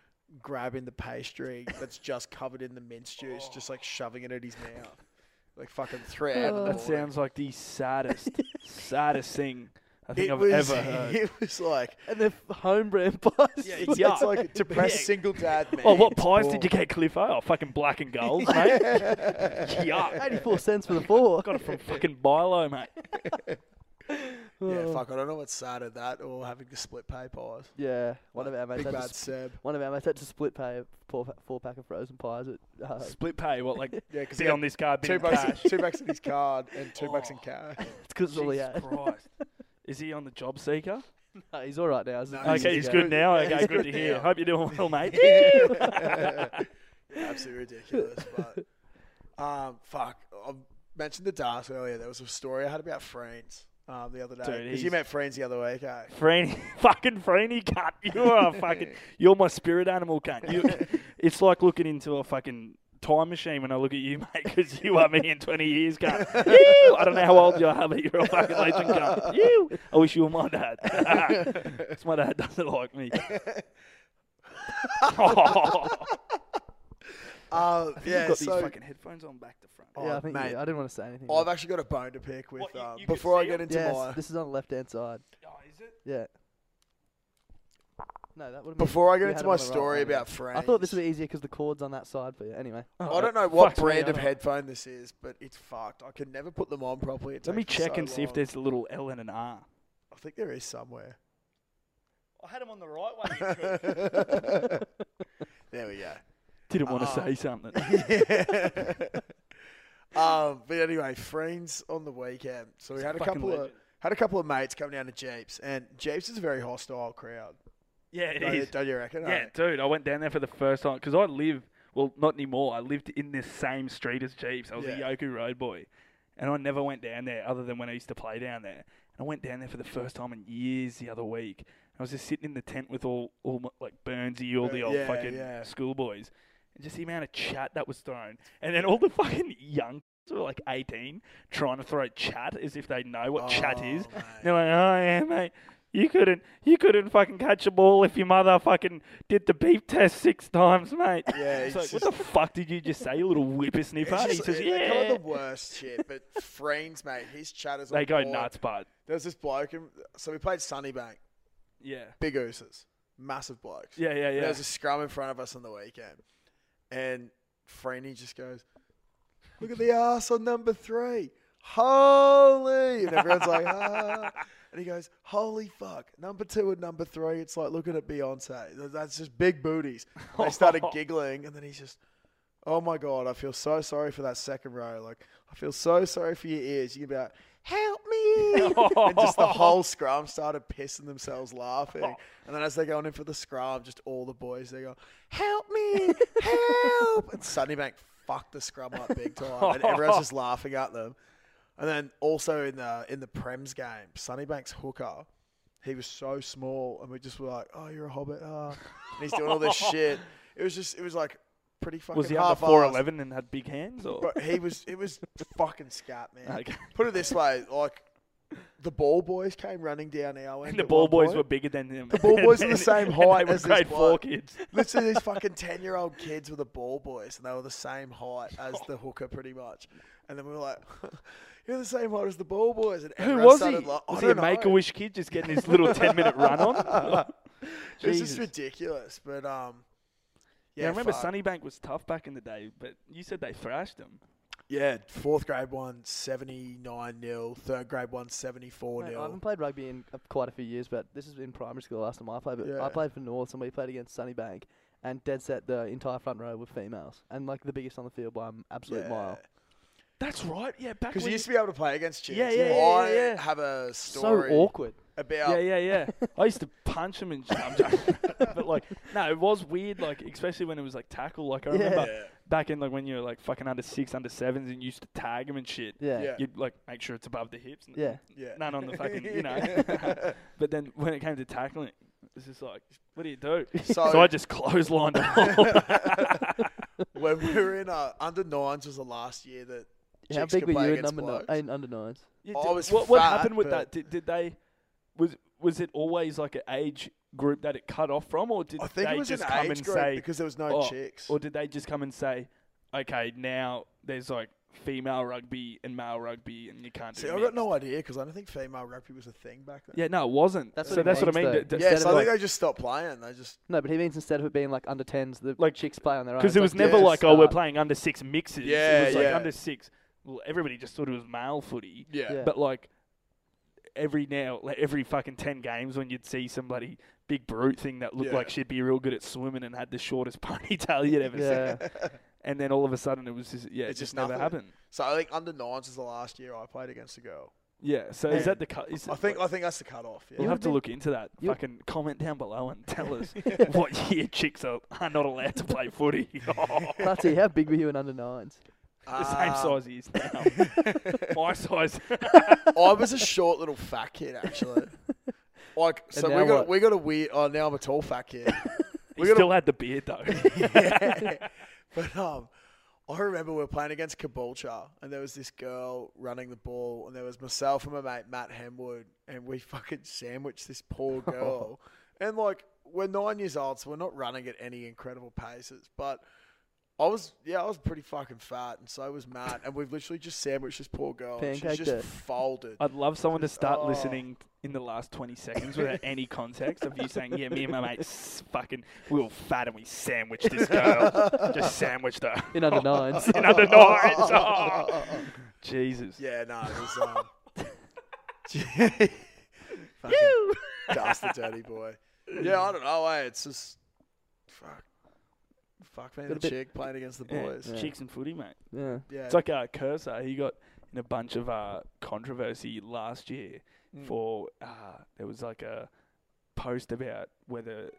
S3: grabbing the pastry that's just covered in the mince juice, just like shoving it at his mouth, like fucking three. out of the
S8: that
S3: morning.
S8: sounds like the saddest, saddest thing I think
S3: It
S8: I've
S3: was,
S8: ever heard.
S3: It was like
S4: and they're f- home brand pies.
S8: Yeah,
S3: it's,
S8: yuck.
S3: it's like depressed
S8: Yeah.
S3: single dad man.
S8: Oh, what pies did you get, Cliffo? Oh, fucking black and gold, mate. Yuck.
S4: 84 cents for the four.
S8: Got it from fucking Bilo, mate.
S3: Yeah,
S4: Oh.
S3: fuck. I don't know what's sad at that or having to split pay pies.
S4: Yeah, one of our mates
S3: Big
S4: had to
S3: bad
S4: sp-
S3: Seb.
S4: one of our mates had to split pay a four, pa- four pack of frozen pies at uh,
S8: Split pay, what, like,
S3: Yeah, 'cause
S8: be
S3: he had
S8: on this card,
S3: Two
S8: bit in cash.
S3: bucks, two bucks in his card and two bucks in cash.
S4: because all he
S8: Jesus
S4: had.
S8: Christ. Is he on the job seeker?
S4: No, he's all right now. isn't he?
S3: No,
S8: Okay, he's
S4: go.
S8: good now.
S3: Yeah,
S8: Okay,
S3: he's
S8: good to
S3: good
S8: hear.
S3: now.
S8: Hope you're doing well, mate.
S3: Absolutely ridiculous. But um, fuck. I mentioned the Darts earlier. There was a story I had about friends um, the other day.
S8: Dude,
S3: Because you
S8: he's-
S3: met friends the other week. eh?
S8: Franny, fucking Franny cunt. You are a fucking, you're my spirit animal cunt. You, it's like looking into a fucking time machine when I look at you, mate, because you are me in 20 years, cunt. Ew, I don't know how old you are, but you're a fucking legend, cunt. Ew, I wish you were my dad. 'Cause my dad doesn't like me. oh,
S3: Um,
S8: yeah,
S3: yeah.
S8: got
S3: so
S8: these fucking headphones on back to front.
S4: Yeah,
S3: Oh,
S4: I think
S3: mate.
S4: yeah, I didn't want to say anything.
S3: I've actually got a bone to pick with.
S8: What, you-
S3: um,
S8: you could
S3: before I
S8: see
S3: get
S8: it?
S3: into
S4: yes,
S3: my.
S4: this is on the left hand side.
S8: Oh, is it?
S4: Yeah. No, that would.
S3: Before I get into my story about friends.
S4: I thought this would be easier because the cords on that side for you. Anyway,
S3: I don't know what
S8: Oh, Fuck me,
S3: brand
S8: I
S3: of
S8: don't-
S3: headphone this is, but it's fucked. I can never put them on properly. It
S8: Let me
S3: takes me
S8: check
S3: so
S8: and see if
S3: long.
S8: there's a little L and an R.
S3: I think there is somewhere.
S8: I had him on the right one.
S3: There we go.
S8: Didn't want to
S3: Oh.
S8: say something.
S3: um, but anyway, friends on the weekend. So we
S8: He's a
S3: had a
S8: fucking
S3: couple of
S8: legend.
S3: had a couple of mates come down to Jeeps, and Jeeps is a very hostile crowd.
S8: yeah, it
S3: don't, you-
S8: is.
S3: don't you reckon?
S8: Yeah,
S3: eh?
S8: dude, I went down there for the first time because I live well, not anymore. I lived in this same street as Jeeps. I was
S3: Yeah.
S8: a Yoku Road boy, and I never went down there other than when I used to play down there. And I went down there for the first time in years the other week. I was just sitting in the tent with all, all my, like Burnsy, all the old
S3: Yeah,
S8: fucking
S3: yeah.
S8: schoolboys, and just the amount of chat that was thrown. And then all the fucking young who were like 18 trying to throw chat as if they know what chat
S3: Oh,
S8: is.
S3: mate.
S8: They're like, oh yeah, mate. You couldn't, you couldn't fucking catch a ball if your mother fucking did the beep test six times, mate.
S3: Yeah, it's
S8: it's like, what
S3: just-
S8: the fuck did you just say, you little whippersnipper?
S3: It's
S8: And he
S3: just-
S8: says,
S3: they're kind
S8: yeah.
S3: of the worst shit, but friends, mate, his chatters.
S8: They go nuts, but
S3: There's this bloke, and so we played Sunnybank,
S8: yeah,
S3: big ooses, massive blokes.
S8: yeah, yeah,
S3: There
S8: yeah.
S3: was a scrum in front of us on the weekend, and Freeney just goes, "Look at the ass on number three, holy!" And everyone's like, "Ah!" And he goes, "Holy fuck, number two and number three. It's like looking at Beyonce. Th- That's just big booties." They started giggling, and then he's just. Oh my god, I feel so sorry for that second row. Like, I feel so sorry for your ears. You can be like, "Help me!" and just the whole scrum started pissing themselves laughing. And then as they're going in for the scrum, just all the boys they go, "Help me! Help!" And Sunnybank fucked the scrum up big time, and everyone's just laughing at them. And then also in the in the Prem's game, Sunnybank's hooker, he was so small, and we just were like, "Oh, you're a hobbit!" ah." And he's doing all this shit. It was just, it was like pretty fucking.
S8: was he under
S3: half
S8: four eleven and had big hands? Or
S3: But he was, it was fucking scat, man.
S8: Okay.
S3: Put it this way, like the ball boys came running down our end.
S8: and the
S3: at
S8: ball
S3: one
S8: boys
S3: point.
S8: were bigger than him.
S3: The ball boys were the
S8: And-
S3: same
S8: and
S3: height
S8: they were
S3: as this
S8: grade four
S3: bloke.
S8: kids.
S3: Listen, these fucking ten-year-old kids were the ball boys, and they were the same height as the hooker, pretty much. And then we were like, "You're the same height as the ball boys." And
S8: Who
S3: everyone
S8: was he?
S3: started Like, I
S8: was he a
S3: don't know.
S8: Make a Wish kid just getting his little ten minute run on?
S3: It's
S8: Jesus.
S3: just ridiculous. But um,
S8: Yeah, I remember
S3: fuck.
S8: Sunnybank was tough back in the day, but you said they thrashed him.
S3: Yeah, fourth grade one seventy nine nil, third grade one seventy four
S4: Mate, I haven't
S3: nil.
S4: played rugby in uh, quite a few years, but this is in primary school last time I played. But
S3: Yeah.
S4: I played for North, and we played against Sunnybank, and dead set the entire front row were females, and like the biggest on the field by an absolute
S3: Yeah.
S4: mile.
S8: That's right. Yeah, back
S3: Because you
S8: when
S3: used to be able to play against you.
S8: Yeah, yeah, yeah, yeah,
S3: I
S8: yeah.
S3: have a
S4: So
S3: story
S4: awkward.
S3: about
S8: Yeah, yeah, yeah. I used to punch him and shit. I'm joking. but like, no, it was weird. Like, especially when it was like tackle. Like, I remember
S3: Yeah.
S8: back in like when you were like fucking under six, under sevens, and you used to tag him and shit.
S4: Yeah.
S3: Yeah.
S8: You'd like make sure it's above the hips. And
S4: Yeah.
S3: Yeah.
S8: None on the fucking, you know. but then when it came to tackling, it's just like, what do you do?
S3: So-
S8: I just clotheslined him.
S3: when we were in uh, under nines was the last year that
S4: How
S3: chicks
S4: big
S3: could
S4: were
S3: play
S4: you in
S3: against
S4: number nine?
S3: blokes.
S4: In under nines?
S8: Yeah,
S3: I
S8: did-
S3: was
S8: what, what
S3: fat,
S8: happened with
S3: but-
S8: that? Did, did they was was it always like an age group that it cut off from, or did
S3: I think
S8: they
S3: it was
S8: just
S3: an
S8: come
S3: age
S8: and
S3: group
S8: say
S3: because there was no
S8: oh,
S3: chicks.
S8: or did they just come and say, okay, now there's like female rugby and male rugby, and you can't do
S3: See, I
S8: mixed."
S3: got no idea because I don't think female rugby was a thing back then.
S8: Yeah, no, it wasn't.
S4: That's
S8: so
S4: what it
S8: that's what I mean.
S4: means, though.
S8: d- d-
S3: Yeah,
S4: Instead
S3: so
S4: of
S3: I think
S4: like-
S3: they just stopped playing. They just
S4: No, but he means instead of it being like under tens, the
S8: Like-
S4: chicks play on their own.
S8: Because it was
S4: It's like
S8: never
S4: the
S8: like, oh, we're
S4: start.
S8: playing under six mixes.
S3: Yeah,
S8: it was like
S3: yeah.
S8: under six. Well, everybody just thought it was male footy.
S3: yeah.
S4: Yeah.
S8: But like every now, like every fucking ten games, when you'd see somebody big brute thing that looked
S3: Yeah.
S8: like she'd be real good at swimming and had the shortest ponytail you'd ever seen,
S4: Yeah,
S8: and then all of a sudden it was just yeah,
S3: It's just
S8: it just, never
S3: nothing.
S8: happened.
S3: So I think under nines was the last year I played against a girl.
S8: Yeah. So is
S3: Man.
S8: that the cut? Is
S3: I
S8: it,
S3: think I
S8: like-
S3: think that's the cutoff. Yeah.
S8: You'll have
S4: would've
S8: to
S4: been-
S8: look into that.
S4: you-
S8: Fucking comment down below and tell us what year chicks are, are not allowed to play footy.
S4: Clutzy, how big were you in under nines?
S8: the same
S3: Um,
S8: size he is now. My size.
S3: I was a short little fat kid actually. Like so we
S4: now
S3: got
S4: what?
S3: we got a weird oh now I'm a tall fat kid.
S8: He
S3: We got a-
S8: still had the beard though.
S3: Yeah. but um, I remember we were playing against Caboolture, and there was this girl running the ball, and there was myself and my mate Matt Hemwood, and we fucking sandwiched this poor girl. and like, we're nine years old, so we're not running at any incredible paces, but. I was yeah, I was pretty fucking fat, and so was Matt, and we've literally just sandwiched this poor girl. and she's
S4: Pancaked
S3: just
S4: her.
S3: folded.
S8: I'd love someone to start
S3: Oh.
S8: listening in the last 20 seconds without any context of you saying, yeah, me and my mate s- fucking, we were fat and we sandwiched this girl. Just sandwiched her.
S4: In under nines.
S8: Oh. in under nines. Oh. Jesus.
S3: Yeah, no, it was. Um, fucking dust the dirty boy. Yeah, I don't know. eh, It's just fuck, fuck being
S4: Got
S3: the
S4: a bit-
S3: chick playing against the
S8: Yeah,
S3: boys.
S8: Chicks and footy, mate.
S4: yeah.
S3: Yeah,
S8: It's like uh, Cursor. He got in a bunch of uh, controversy last year
S3: Mm.
S8: for uh, there was like a post about whether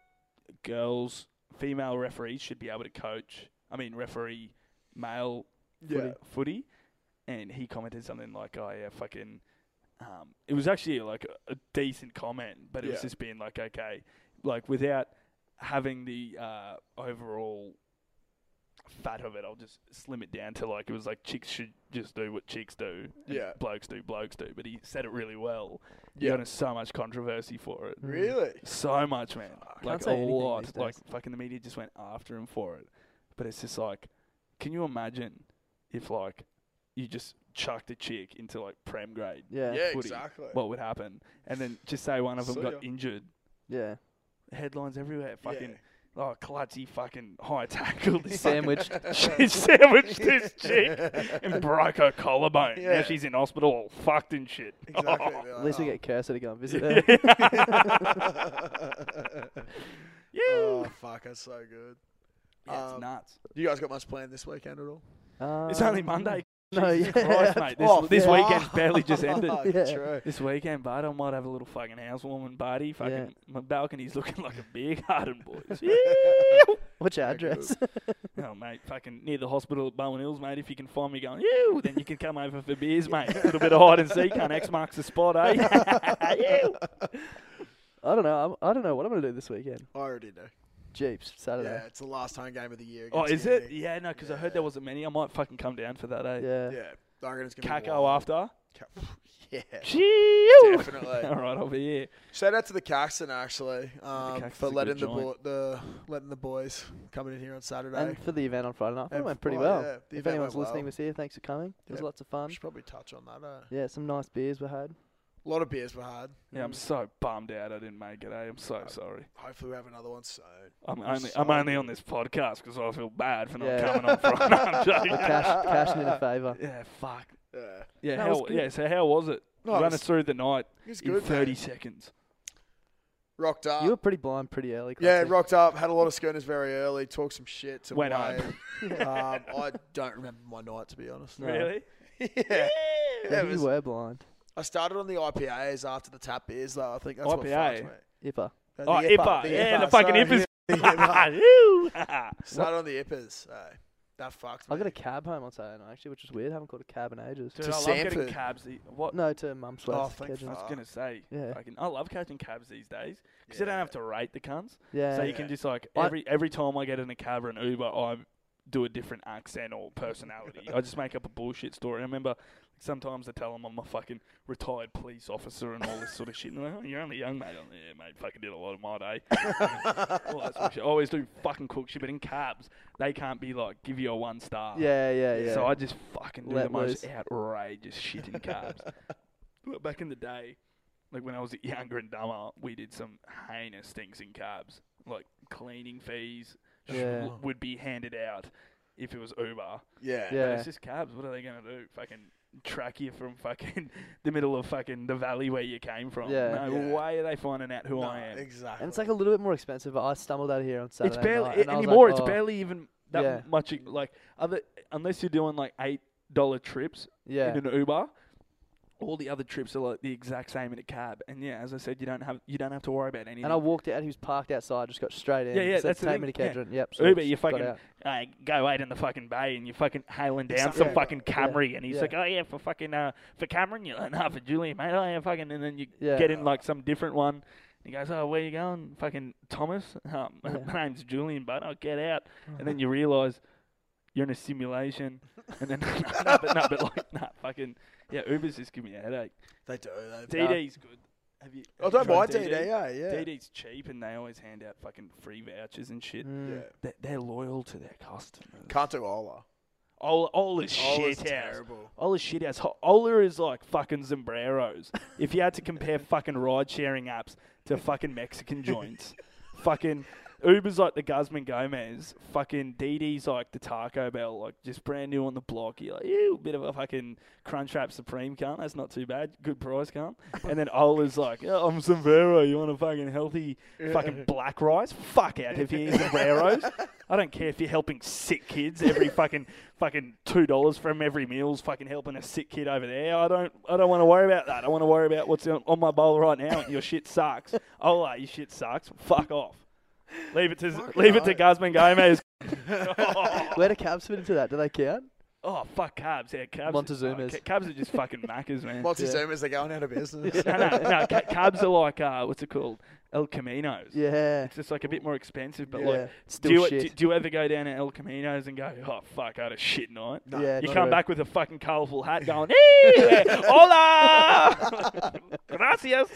S8: girls, female referees, should be able to coach. I mean, referee male footy,
S3: Yeah.
S8: footy. and he commented something like, "Oh yeah, fucking." Um, it was actually like a, a decent comment, but it was
S3: Yeah.
S8: just being like, "Okay, like without having the uh, overall fat of it, I'll just slim it down to like it was like chicks should just do what chicks do, and
S3: Yeah.
S8: blokes do blokes do." But he said it really well. He
S3: Yeah.
S8: got in so much controversy for it.
S3: really.
S8: So much, man. Like
S4: Can't
S8: a
S4: say anything these
S8: lot.
S4: days.
S8: Like fucking the media just went after him for it. But it's just like, can you imagine if like you just chucked a chick into like prem grade?
S4: Yeah.
S3: Yeah,
S8: footy,
S3: exactly.
S8: What would happen? And then just say one of them
S3: So,
S8: got
S3: yeah.
S8: injured.
S4: Yeah.
S8: Headlines everywhere.
S3: Yeah.
S8: Fucking oh clutzy fucking high tackle this
S4: Sandwiched.
S8: she sandwiched this chick and broke her collarbone. Now
S3: Yeah.
S8: she's in hospital all fucked and shit.
S3: Exactly.
S8: Oh.
S3: they're
S4: At least we
S3: like,
S4: get Cursor to go and visit
S8: Yeah.
S4: her. Uh,
S3: oh, fuck, that's so good.
S8: Yeah, it's
S3: Um,
S8: nuts.
S3: You guys got much planned this weekend at all?
S8: It's
S4: Um,
S8: only Monday.
S4: No,
S8: Jesus
S4: yeah.
S8: Christ, mate. This,
S3: Oh,
S8: this
S3: fuck.
S8: weekend's barely just ended.
S4: Yeah.
S3: True.
S8: This weekend, bud, I might have a little fucking housewarming party. Fucking
S4: Yeah.
S8: my balcony's looking like a beer garden, boys.
S4: What's your
S3: Yeah, good.
S4: address?
S8: oh, mate, fucking near the hospital at Bowen Hills, mate. If you can find me going, ew, then you can come over for beers, mate. A little bit of hide and seek, and X marks the spot, eh? Ew.
S4: I don't know. I'm, I don't know what I'm gonna do this weekend.
S3: I already know.
S4: Jeeps Saturday.
S3: Yeah, it's the last home game of the year.
S8: oh,
S3: against
S8: is it?
S3: Yannick.
S8: Yeah, no, because I heard there wasn't many. I might fucking come down for that, eh?
S4: Yeah.
S3: Yeah, I reckon it's gonna be
S8: Caco
S3: wild.
S8: after.
S3: Ca- yeah.
S8: Ew.
S3: Definitely.
S8: All right, I'll be here.
S3: Shout out to the Caxton actually um,
S8: Caxton's
S3: for
S8: a good
S3: letting the, bo-
S8: joint.
S3: the letting the boys coming in here on Saturday.
S4: And for the event on Friday night, I thought
S3: And
S4: it went pretty
S3: oh,
S4: well.
S3: yeah, the event
S4: if anyone's
S3: went
S4: listening
S3: well.
S4: was here, thanks for coming. It was
S3: Yeah.
S4: lots of fun.
S3: we should probably touch on that. Uh,
S4: Yeah, some nice beers were had.
S3: A lot of beers were hard.
S8: Yeah, I'm so bummed out I didn't make it. Eh? I'm so sorry.
S3: Hopefully we have another one soon.
S8: I'm only I'm
S3: sorry.
S8: only on this podcast because I feel bad for not
S3: Yeah.
S8: coming on. From, no, I'm joking.
S4: Cash- cashing in a favour.
S8: Yeah, fuck.
S3: Yeah.
S8: Yeah,
S4: No, it was
S8: how,
S4: good.
S8: yeah. So how was it?
S4: No, it
S8: Run
S4: was-
S8: us through the night
S3: it was
S8: in
S3: good,
S8: 30
S3: mate.
S8: seconds.
S3: Rocked up.
S4: You were pretty blind pretty early.
S3: Yeah,
S4: Clutzy.
S3: rocked up. Had a lot of schooners very early. Talked some shit to
S4: Went
S3: Wade.
S4: home.
S3: um, I don't remember my night to be honest.
S4: No. Really?
S3: yeah.
S4: Yeah,
S3: it
S4: you
S3: was-
S4: were blind.
S3: I started on the IPAs after the tap beers though. I think that's what fucked
S4: IPA?
S3: me.
S4: Ipper.
S3: Uh,
S8: Oh, Ippa. Yeah, the fucking
S3: sorry.
S8: Ippas.
S3: Yeah, the
S8: Woo.
S3: Ippa. Started on the Ippas. eh. that fucked me.
S4: I got a cab home on Saturday night, actually, which is weird. I haven't caught a cab in ages.
S8: Dude, I love getting cabs. e- What?
S4: No, to Mum's
S8: Oh,
S4: West.
S8: thank
S4: Kedgins.
S8: I was gonna say,
S4: Yeah.
S8: fucking, I love catching cabs these days because they don't have to rate the cunts.
S4: Yeah.
S8: So you can
S4: Yeah.
S8: just like
S4: Uh, I-
S8: every every time I get in a cab or an Uber, I do a different accent or personality. I just make up a bullshit story. I remember sometimes I tell them I'm a fucking retired police officer and all this sort of shit. And they're like, oh, you're only young, mate. I'm like, yeah, mate, fucking did a lot of my day. all that sort of shit. I always do fucking cook shit, but in cabs they can't be like give you a one star.
S4: Yeah, yeah, yeah.
S8: So I just fucking do
S4: Let
S8: the most
S4: loose.
S8: outrageous shit in cabs. Look, back in the day, like when I was younger and dumber, we did some heinous things in cabs, like cleaning fees sh-
S4: Yeah.
S8: w- would be handed out if it was Uber.
S3: Yeah.
S8: But
S4: Yeah.
S8: it's just cabs. What are they gonna do? Fucking track you from fucking the middle of fucking the valley where you came from.
S4: Yeah.
S8: No
S4: Yeah.
S8: way are they finding out who I am.
S3: Exactly.
S4: And it's like a little bit more expensive, but I stumbled out of here on Saturday
S8: It's barely
S4: night, and I was like,
S8: anymore. it's
S4: oh.
S8: barely even that
S4: Yeah.
S8: much. e- Like other, unless you're doing like eight dollar trips
S4: Yeah.
S8: in an Uber, all the other trips are like the exact same in a cab. And yeah, as I said, you don't have you don't have to worry about anything.
S4: And I walked out. He was parked outside. Just got straight in.
S8: yeah, yeah,
S4: It said,
S8: that's the
S4: take
S8: thing.
S4: me to
S8: yeah.
S4: Kedron. Yep. so
S8: Uber,
S4: just
S8: you
S4: got
S8: fucking
S4: out.
S8: uh, go wait in the fucking bay, and you're fucking hailing down
S4: Exactly.
S8: some
S4: Yeah.
S8: fucking
S4: Yeah.
S8: Camry, and he's
S4: Yeah.
S8: like, oh yeah, for fucking uh, for Cameron, you're like, nah, for Julian, mate, oh yeah, fucking, and then you
S4: Yeah.
S8: get in like some different one. He goes, oh, where you going, fucking Thomas? Um, my name's Julian, but I'll get out, and then you realise you're in a simulation, and then no, no, but no, but like, nah, fucking, yeah, Ubers just give me a headache.
S3: They do. They
S8: DD's good. Have you?
S3: I
S8: have
S3: don't
S8: you tried
S3: mind DD, yeah, yeah.
S8: DD's cheap, and they always hand out fucking free vouchers and shit.
S3: Yeah.
S4: mm.
S8: They- They're loyal to their customers.
S3: Can't do Ola.
S8: Ola, Ola
S3: Ola's
S8: shit house.
S3: terrible.
S8: Ola shit house. Ho- Ola is like fucking Sombreros. if you had to compare fucking ride sharing apps to fucking Mexican joints, fucking Uber's like the Guzman Gomez. Fucking DD's like the Taco Bell. Like just brand new on the block. You're like, ew, bit of a fucking Crunchwrap Supreme cunt. That's not too bad. Good price cunt. And then Ola's like, oh, I'm Sombrero. You want a fucking healthy fucking black rice? Fuck out if you eat Sombreros. I don't care if you're helping sick kids every fucking fucking two dollars from every meal's fucking helping a sick kid over there. I don't I don't want to worry about that. I want to worry about what's on, on my bowl right now. And your shit sucks. Oh, like, your shit sucks. Fuck off. Leave it to leave it to Guzman Gomez.
S4: Where do cabs fit into that? Do they count?
S8: Oh fuck, cabs. Yeah, cabs.
S4: Montezumas.
S8: Oh, ca- cabs are just fucking maccas, man.
S3: Multi-zoomers, they're going out of business.
S8: no, no, no. Ca- cabs are like uh, what's it called? El Caminos.
S4: Yeah.
S8: It's just like a bit more expensive, but
S4: Yeah.
S8: like,
S4: Still
S8: do, you,
S4: shit.
S8: do, do you ever go down to El Caminos and go, oh fuck, I had a shit night?
S4: No. Yeah,
S8: you
S4: true.
S8: come back with a fucking colourful hat, going, hey, hola, gracias.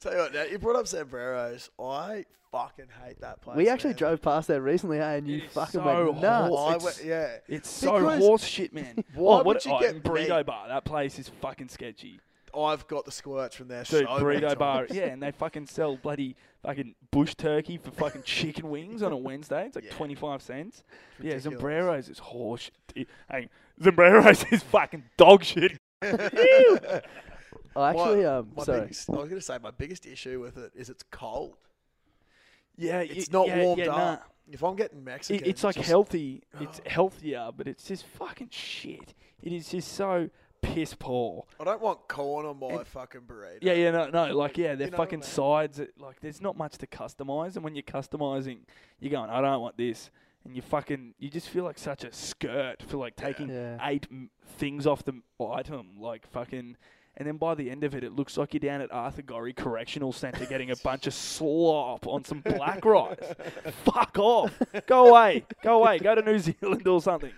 S3: Tell you what, now, you brought up Sombreros. I fucking hate that place.
S4: We actually
S3: man.
S4: drove past there recently, eh? And you fucking
S8: uh, so
S4: went nuts.
S3: I went- yeah.
S8: It's so
S3: Because-
S8: horse shit, man.
S3: Why
S8: Oh,
S3: would you
S8: oh,
S3: get
S8: and burrito
S3: meat?
S8: bar? That place is fucking sketchy.
S3: I've got the squirts from there.
S8: Dude,
S3: so many
S8: burrito bar.
S3: times.
S8: Yeah, and they fucking sell bloody fucking bush turkey for fucking chicken wings on a Wednesday. It's like twenty five cents. Yeah,
S3: ridiculous.
S8: Zombreros is horse. Shit. Hey, Zombreros is fucking dog shit. Ew.
S4: I actually,
S3: My-
S4: um,
S3: my
S4: sorry.
S3: biggest- I was going to say my biggest issue with it is it's cold.
S8: yeah,
S3: It's
S8: you-
S3: not
S8: yeah,
S3: warmed
S8: yeah,
S3: up.
S8: nah.
S3: If I'm getting
S8: It-
S3: Mexican,
S8: it's like
S3: just-
S8: healthy. It's healthier, but it's just fucking shit. It is just so piss poor.
S3: I don't want corn on my
S8: And-
S3: fucking burrito.
S8: Yeah, yeah, no, no. Like, yeah, they're
S3: You know what I
S8: fucking
S3: mean?
S8: sides. That, like, there's not much to customize, and when you're customizing, you're going, I don't want this, and you fucking, you just feel like such a skirt for like taking
S4: Yeah.
S8: eight m- things off the m- item, like fucking. And then by the end of it, it looks like you're down at Arthur Gorrie Correctional Centre getting a bunch of slop on some black rice. Fuck off. Go away. Go away. Go to New Zealand or something.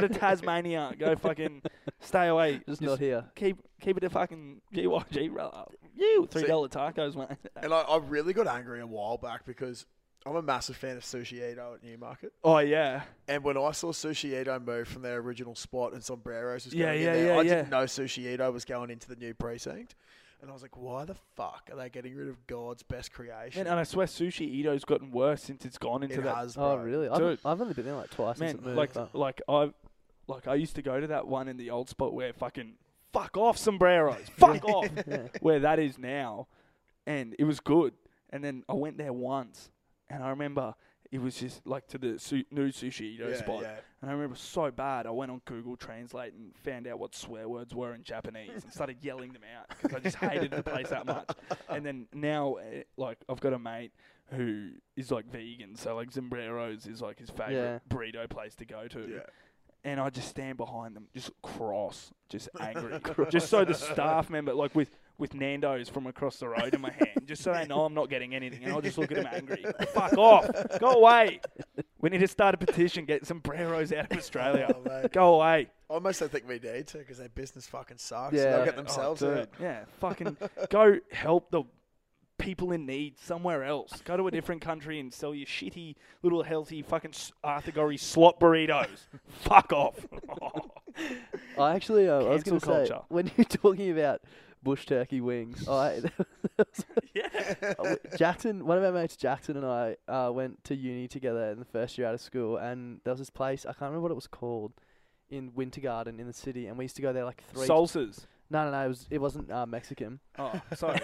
S8: to Tasmania. Go fucking stay away.
S4: Just not here.
S8: Keep keep it to fucking GYG, brother. You three
S3: See-
S8: dollar tacos, mate.
S3: And I, I really got angry a while back because I'm a massive fan of Sushi Edo at Newmarket.
S8: Oh yeah.
S3: And when I saw Sushi Edo move from their original spot and Sombreros was
S8: Yeah,
S3: going
S8: yeah,
S3: in there,
S8: yeah,
S3: I
S8: yeah.
S3: didn't know Sushi Edo was going into the new precinct. And I was like, why the fuck are they getting rid of God's best creation?
S8: Man, and I swear sushi Ito's gotten worse since it's gone into
S3: It
S8: that.
S3: has,
S4: Oh, really?
S8: Dude,
S4: I've, I've only been there like twice.
S8: man,
S4: since it moved,
S8: like
S4: but-
S8: like I like I used to go to that one in the old spot where fucking fuck off sombreros, fuck off,
S4: Yeah.
S8: where that is now, and it was good. And then I went there once, and I remember it was just like to the su- new sushi Ito
S3: Yeah,
S8: spot,
S3: yeah.
S8: and I remember so bad. I went on Google Translate and found out what swear words were in Japanese and started yelling them out because I just hated the place that much. And then now, eh, like, I've got a mate who is like vegan, so like Zimbreros is like his favorite burrito place to go to.
S3: Yeah.
S8: And I just stand behind them, just cross, just angry, just so the staff member, like with with Nando's from across the road in my hand, just so they know I'm not getting anything, and I'll just look at them angry. Fuck off, go away. We need to start a petition, get some Breros out of Australia.
S3: Oh, mate.
S8: Go away.
S3: Almost I think we need to because their business fucking sucks.
S4: Yeah.
S3: They'll get
S4: Oh,
S3: themselves
S8: Oh, dude.
S3: out.
S8: Yeah, fucking go help the people in need somewhere else. Go to a different country and sell your shitty little healthy fucking s- Arthur Gorry slot burritos. Fuck off.
S4: I actually, uh, I was
S8: Cancel
S4: going to say,
S8: culture.
S4: when you're talking about bush turkey wings, I,
S8: yeah.
S4: Uh, Jackson, one of our mates, Jackson, and I uh, went to uni together in the first year out of school, and there was this place I can't remember what it was called in Winter Garden in the city, and we used to go there like three.
S8: Salsas.
S4: no, no, no, it was it wasn't uh, Mexican.
S8: Oh, sorry.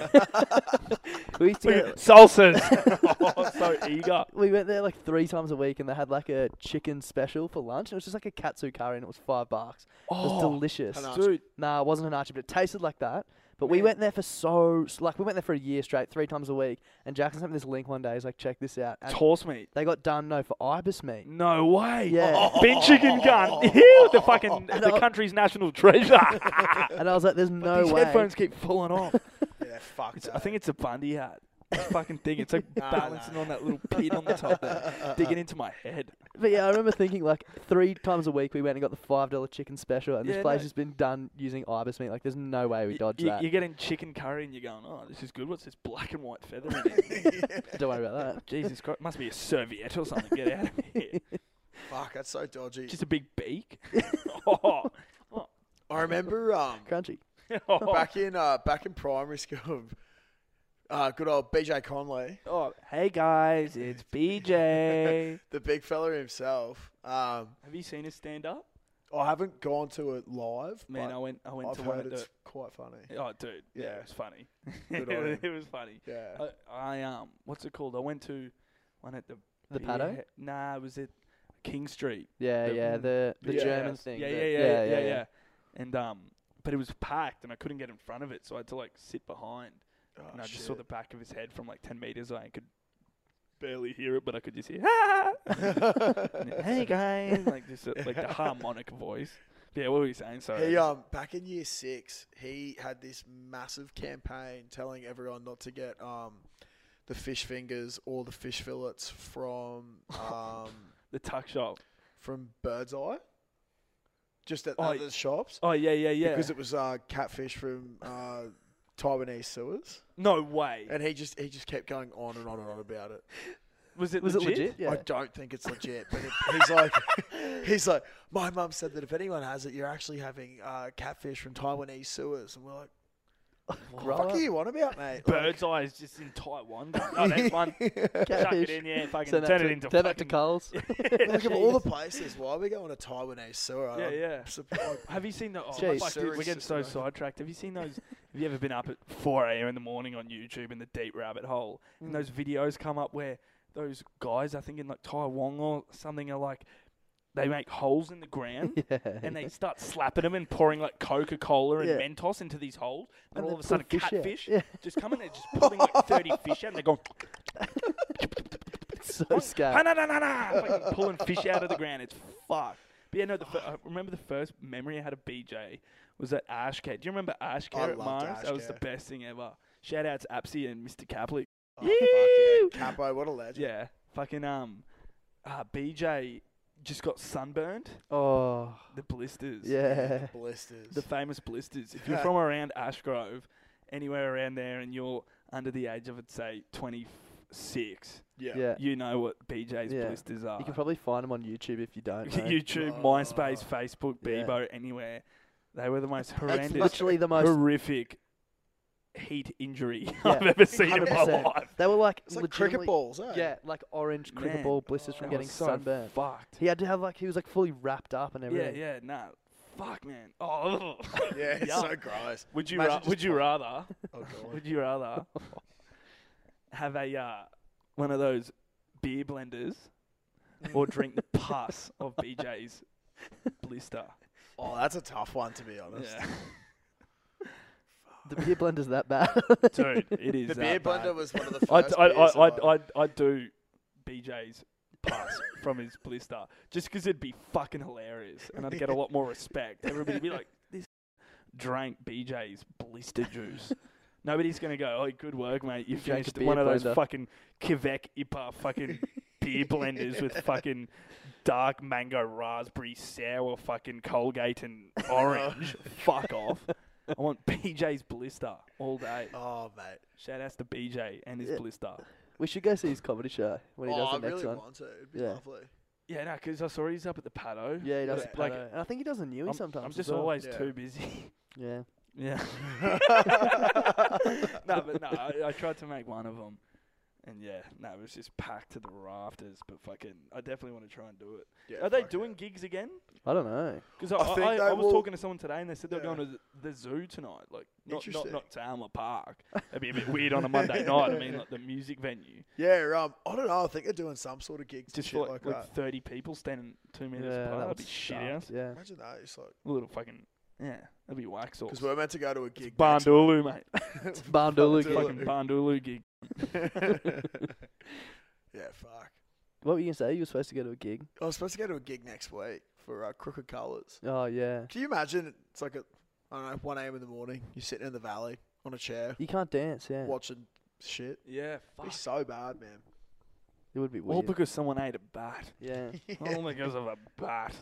S4: We used to go.
S8: Salsas. oh, so eager.
S4: We went there like three times a week, and they had like a chicken special for lunch. And it was just like a katsu curry, and it was five bucks. it was
S8: Oh,
S4: delicious.
S8: dude.
S4: Nah, it wasn't an archie, but it tasted like that. But we went there for so s- like we went there for a year straight, three times a week. And Jackson sent me this link one day. He's like, check this out. And
S8: It's horse meat.
S4: they got done no for ibis meat.
S8: No way.
S4: Yeah.
S8: Ben Chicken Gun. Ew, the fucking
S4: And
S8: the
S4: I-
S8: country's national treasure.
S4: And I was like, there's no
S8: These
S4: way.
S8: headphones keep falling off.
S3: Yeah, they're fucked.
S8: I think it's a Bundy hat. This fucking thing. It's like balancing on that little pin on the top there, digging into my head.
S4: But yeah, I remember thinking like three times a week we went and got the five dollar chicken special, and
S8: Yeah,
S4: this place
S8: no.
S4: has been done using ibis meat. Like there's no way we
S8: Y-
S4: dodge
S8: y-
S4: that.
S8: You're getting chicken curry and you're going, oh, this is good. What's this black and white feather in it?
S4: Don't worry about that.
S8: Jesus Christ, must be a serviette or something. Get out of here.
S3: Fuck, that's so dodgy.
S8: Just a big beak. oh,
S3: I remember um,
S4: Crunchy.
S8: oh,
S3: back in uh, back in primary school, uh, good old BJ Conley,
S8: oh, hey guys, it's BJ.
S3: the big fella himself. Um,
S8: Have you seen us stand up?
S3: I haven't gone to it live.
S8: Man,
S3: but
S8: I went. I went
S3: I've
S8: to one
S3: heard
S8: of the.
S3: it's quite funny.
S8: Oh, dude, yeah,
S3: Yeah.
S8: it was funny.
S3: Good on him.
S8: it was funny.
S3: Yeah.
S8: I, I um, what's it called? I went to one at the
S4: The
S8: beer
S4: Paddo?
S8: he- Nah, it was at King Street.
S4: Yeah,
S8: The- mm.
S4: yeah, the the
S8: Yeah,
S4: German
S8: yes.
S4: thing.
S8: Yeah,
S4: the-
S8: yeah, yeah, yeah, yeah, And um, but it was packed, and I couldn't get in front of it, so I had to like sit behind,
S3: Oh,
S8: and I
S3: shit.
S8: just saw the back of his head from like ten meters away, and could barely hear it, but I could just hear ah, And then, hey guys, like just uh, like the harmonic voice. Yeah, what were you saying? Sorry.
S3: He um back in year six, he had this massive campaign telling everyone not to get um the fish fingers or the fish fillets from um
S8: the tuck shop.
S3: from Bird's Eye, just at
S8: Oh,
S3: other shops
S8: Oh yeah, yeah, yeah.
S3: because it was uh catfish from uh Taiwanese sewers,
S8: no way.
S3: and he just he just kept going on and on and on about it.
S8: Was it
S4: Was
S8: legit?
S4: it legit? Yeah.
S3: I don't think it's legit, but it, he's like, he's like, my mum said that if anyone has it, you're actually having uh, catfish from Taiwanese sewers, and we're like, what the
S4: Grow
S3: fuck
S4: up.
S3: are you on about, mate?
S8: Bird's eye is just in Taiwan. Oh, that's one. Chuck it
S4: Catfish.
S8: in, yeah. Fucking
S4: Send that
S8: turn
S4: to-
S8: it into
S4: turn that to
S8: fucking.
S4: Coles.
S3: Like, like of all the places, why are we going to Taiwanese sewer?
S8: yeah,
S3: I'm
S8: yeah.
S3: surprised.
S8: Have you seen the? Oh,
S4: Jeez.
S8: fuck, dude,
S3: Sewer
S8: we're getting so
S3: system.
S8: sidetracked. Have you seen those? have you ever been up at 4 a.m. in the morning on YouTube in the deep rabbit hole? And those
S4: Mm.
S8: videos come up where those guys, I think in like Taiwan or something, are like they make holes in the ground.
S4: yeah.
S8: and they start slapping them and pouring like Coca Cola and
S4: Yeah.
S8: Mentos into these holes. And,
S4: And
S8: all
S4: they
S8: of a sudden,
S4: pull fish out.
S8: catfish
S4: Yeah.
S8: just come in there, just pulling like 30 fish out, and they're going,
S4: so
S8: "Oh,
S4: scary.
S8: na, na, na, na," fucking pulling fish out of the ground. It's fucked. But yeah, no, the fir- I remember the first memory I had of BJ was at Ash Care. Do you remember Ash Care at
S3: loved
S8: Mars?
S3: Ash
S8: That was the
S3: Care.
S8: best thing ever. Shout out to Apsy and Mr. Caplik.
S3: Oh, fuck yeah. Capo, what a legend.
S8: Yeah, fucking um, uh, BJ just got sunburned.
S4: Oh,
S8: The blisters.
S4: yeah.
S3: Blisters.
S8: The famous blisters. If you're
S3: Yeah.
S8: from around Ashgrove, anywhere around there, and you're under the age of, I'd say, 26,
S3: yeah.
S4: Yeah.
S8: you know what BJ's
S4: Yeah.
S8: blisters are.
S4: You can probably find them on YouTube if you don't. know.
S8: YouTube,
S3: Oh.
S8: MySpace, Facebook,
S4: Yeah.
S8: Bebo, anywhere. They were the most
S4: It's
S8: horrendous,
S4: literally the most
S8: horrific heat injury
S4: Yeah,
S8: I've ever seen in my
S4: 100%.
S8: life.
S4: They were like
S8: It's like cricket
S4: legitimately-
S8: balls, eh?
S4: Yeah, like orange cricket
S8: Man, Oh,
S4: ball blisters
S8: that
S4: from getting
S8: was so
S4: sunburned.
S8: fucked.
S4: He had to have like he was like fully wrapped up and
S8: Yeah,
S4: everything.
S8: yeah, nah. Fuck, man. Oh,
S3: Yeah, it's so
S8: yuck.
S3: gross.
S8: Would you
S3: Imagine
S8: ra-
S3: just
S8: would you
S3: fucking-
S8: rather?
S3: Oh, God.
S8: Would you rather have a uh, one of those beer blenders, or drink the pus of BJ's blister?
S3: Oh, that's a tough one to be honest.
S4: The beer blender's that bad,
S8: Dude, it is. uh,
S3: The
S8: that
S3: beer blender
S8: bad.
S3: was one of the
S8: I
S3: first
S8: I
S3: beers
S8: I
S3: that
S8: I I do BJ's pass from his blister just because it'd be fucking hilarious, and I'd get a lot more respect. Everybody'd be like, "This drank BJ's blister juice." Nobody's gonna go, "Oh, good work, mate! You
S4: drank a
S8: finished
S4: beer
S8: one of
S4: blender."
S8: those fucking Quebec IPA fucking." Beer blenders with fucking dark mango, raspberry, sour, fucking Colgate and orange. Fuck off. I want BJ's blister all day.
S3: Oh, mate.
S8: Shout outs to BJ and his
S4: Yeah.
S8: blister.
S4: We should go see his comedy show when he
S3: Oh,
S4: does
S3: I
S4: the next
S3: really
S4: one.
S3: want to. It'd be
S4: Yeah.
S3: lovely.
S8: Yeah, no, because I saw he's up at the paddo.
S4: Yeah, he does.
S8: Yeah.
S4: the
S8: Like,
S4: paddo. and I think he does a newie
S8: I'm,
S4: sometimes.
S8: I'm
S4: as
S8: just
S4: well.
S8: always
S3: Yeah.
S8: too busy.
S4: Yeah.
S8: yeah. no, but no, I, I tried to make one of them. And yeah, no, it was just packed to the rafters. But fucking, I definitely want to try and do it.
S3: Yeah,
S8: Are they
S3: fuck
S8: doing
S3: yeah.
S8: gigs again?
S4: I don't know.
S8: Because I,
S3: I think
S8: I, I,
S3: they
S8: I was
S3: will-
S8: talking to someone today, and they said they were
S3: Yeah.
S8: going to the, the zoo tonight. Like, not not
S3: Interesting.
S8: not Tamla Park. That'd be a bit weird on a Monday night. I mean, like the music venue,
S3: Yeah, um, I don't know. I think they're doing some sort of gigs and
S8: just
S3: shit
S8: for like,
S3: like,
S8: like
S3: that.
S8: thirty people standing two
S4: Yeah,
S8: meters
S4: that
S8: apart. That'd
S4: would
S8: be shit
S4: suck.
S8: out.
S4: Yeah.
S3: Imagine that. It's like
S8: A little fucking yeah, that'd be wax off.
S3: because we're meant to go to a gig. next
S8: Bandulu, mate.
S4: It's Bandulu
S3: Bandulu.
S4: gig.
S8: fucking Bandulu gig.
S3: yeah, fuck.
S4: What were you gonna say? You were supposed to go to a gig.
S3: I was supposed to go to a gig next week for uh, Crooked Colors.
S4: Oh yeah.
S3: Can you imagine? It's like a, I don't know, one a.m. in the morning. You're sitting in the valley on a chair
S4: You can't dance. Yeah.
S3: watching shit.
S8: Yeah, fuck.
S3: It'd be so bad, man.
S4: It would be
S8: All
S4: weird.
S8: because someone ate a bat.
S4: yeah.
S8: All because of a bat.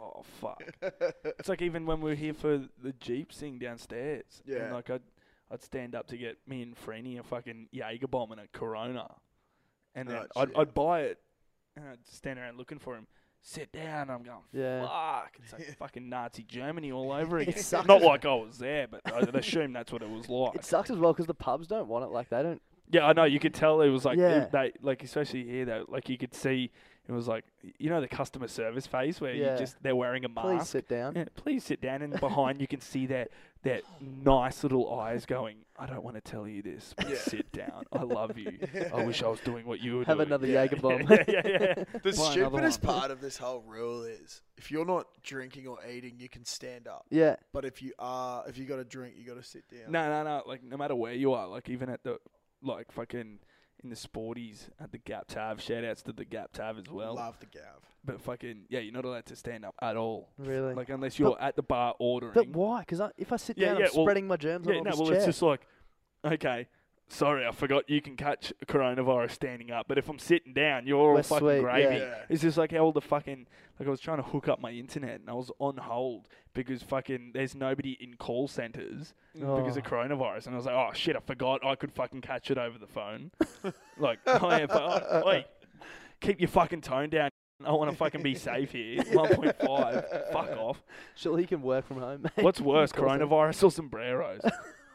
S8: Oh fuck. it's like even when we were here for the Jeep thing downstairs. and,
S3: Yeah.
S8: like I'd I'd stand up to get me and Freeney a fucking Jaeger bomb and a Corona, and then
S3: Oh,
S8: I'd
S3: shit.
S8: I'd buy it, and I'd stand around looking for him. Sit down. I'm going.
S4: Yeah.
S8: Fuck. It's like fucking Nazi Germany all over again.
S4: sucks.
S8: Not like I was there, but I'd assume that's what it was like.
S4: It sucks as well because the pubs don't want it. Like they don't.
S8: Yeah, I know. You could tell it was like
S4: Yeah.
S8: it- they like especially here though. Like you could see it was like you know the customer service phase where
S4: Yeah.
S8: you just they're wearing a mask.
S4: Please sit down.
S8: Yeah, please sit down, and behind you can see that that nice little eyes going. I don't want to tell you this, but
S3: Yeah.
S8: sit down. I love you. I wish I was doing what you were
S4: Have
S8: doing.
S4: another
S8: yeah.
S4: Jaeger bomb.
S8: yeah, yeah,
S3: The
S8: yeah. Buy another
S3: stupidest
S8: one.
S3: part of this whole rule is if you're not drinking or eating, you can stand up.
S4: Yeah.
S3: But if you are, if you got a drink, you got to sit down.
S8: No, no, no. Like no matter where you are, like even at the like fucking in the sporties at the Gap Tav. Shout outs to the Gap Tav as well.
S3: love the gav.
S8: But fucking yeah, you're not allowed to stand up at all.
S4: Really.
S8: Like unless you're at the bar ordering.
S4: But why? Because I, if I sit
S8: Yeah,
S4: down,
S8: yeah,
S4: I'm
S8: well-
S4: spreading my germs
S8: yeah,
S4: on
S8: no,
S4: all
S8: well
S4: this
S8: it's
S4: chair.
S8: just like okay, sorry, I forgot you can catch coronavirus standing up, but if I'm sitting down, you're all
S4: We're
S8: fucking
S4: sweet,
S8: gravy.
S4: yeah.
S3: Yeah.
S8: It's just like how all the fucking like I was trying to hook up my internet and I was on hold because fucking there's nobody in call centers because of
S4: Oh.
S8: coronavirus and I was like, Oh shit, I forgot I could fucking catch it over the phone. like, oh yeah, but, oh, wait, keep your fucking tone down. I want to fucking be safe here. 1.5. Fuck off.
S4: Surely he can work from home, mate.
S8: What's worse,
S4: Of course it-
S8: coronavirus or sombreros?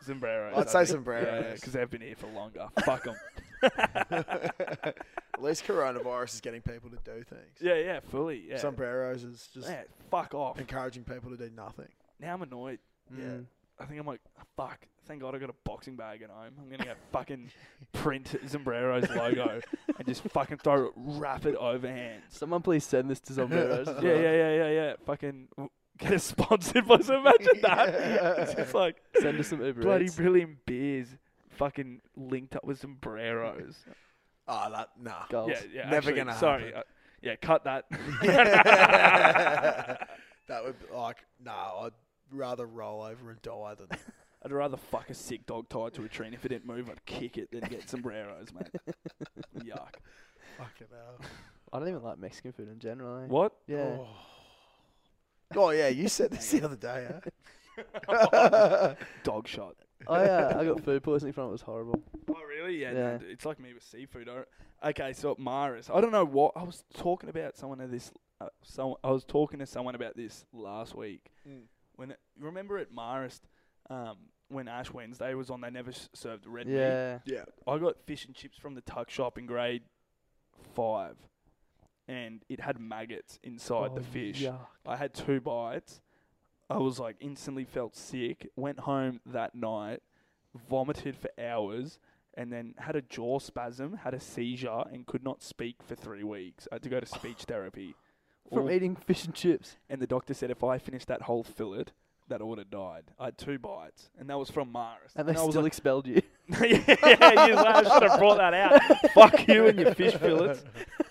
S8: sombreros.
S3: I'd
S8: I
S3: say
S8: think.
S3: sombreros.
S8: Yeah, because they've been here for longer. Fuck them.
S3: At least coronavirus is getting people to do things.
S8: Yeah, yeah, fully. Yeah.
S3: Sombreros is just
S8: yeah, fuck off.
S3: encouraging people to do nothing.
S8: Now I'm annoyed.
S3: Yeah.
S4: Mm.
S8: I think I'm like, "Oh, fuck. Thank God I got a boxing bag at home. I'm going to go fucking print Sombreros logo and just fucking throw rapid overhands.
S4: Someone please send this to Zombies.
S8: Yeah, yeah, yeah, yeah, yeah. Fucking w- get us sponsored by some. Imagine that. It's just like
S4: Send us some Uber
S8: bloody
S4: Eats.
S8: brilliant beers. Fucking linked up with sombreros.
S3: Oh, that nah.
S4: Goals.
S8: Yeah, yeah.
S3: Never
S8: actually,
S3: gonna
S8: Sorry.
S3: happen.
S8: uh, yeah, cut that.
S3: that would be like nah. I'd rather roll over and die than
S8: I'd rather fuck a sick dog tied to a tree, and if it didn't move, I'd kick it than get sombreros, mate. Yuck.
S3: fucking hell.
S4: I don't even like Mexican food in general. eh?
S8: What?
S4: Yeah.
S3: Oh. Oh, yeah, you said this the other day, huh?
S8: Dog shot.
S4: I uh, I got food poisoning from it. It was horrible.
S8: Oh, really? Yeah. no,
S4: Yeah.
S8: d- it's like me with seafood. I, okay, so at Mara's, I don't know what I was talking about. Someone at this, uh, so I was
S4: Hmm.
S8: talking to someone about this last week.
S3: Mm.
S8: When it, remember at Mara's, um, when Ash Wednesday was on, they never s- served red
S4: Yeah.
S8: meat. Yeah. I got fish and chips from the tuck shop in grade five, and it had maggots inside the
S4: Oh,
S8: fish.
S4: yuck.
S8: I had two bites. I was like instantly felt sick. Went home that night, vomited for hours, and then had a jaw spasm, had a seizure, and could not speak for three weeks. I had to go to speech therapy.
S4: From
S8: All-
S4: eating fish and chips.
S8: and the doctor said if I finished that whole fillet, that I would have died. I had two bites, and that was from Maris.
S4: And they
S8: I was
S4: still
S8: like,
S4: expelled you.
S8: yeah, years later, I should have brought that out. Fuck you and your fish fillets.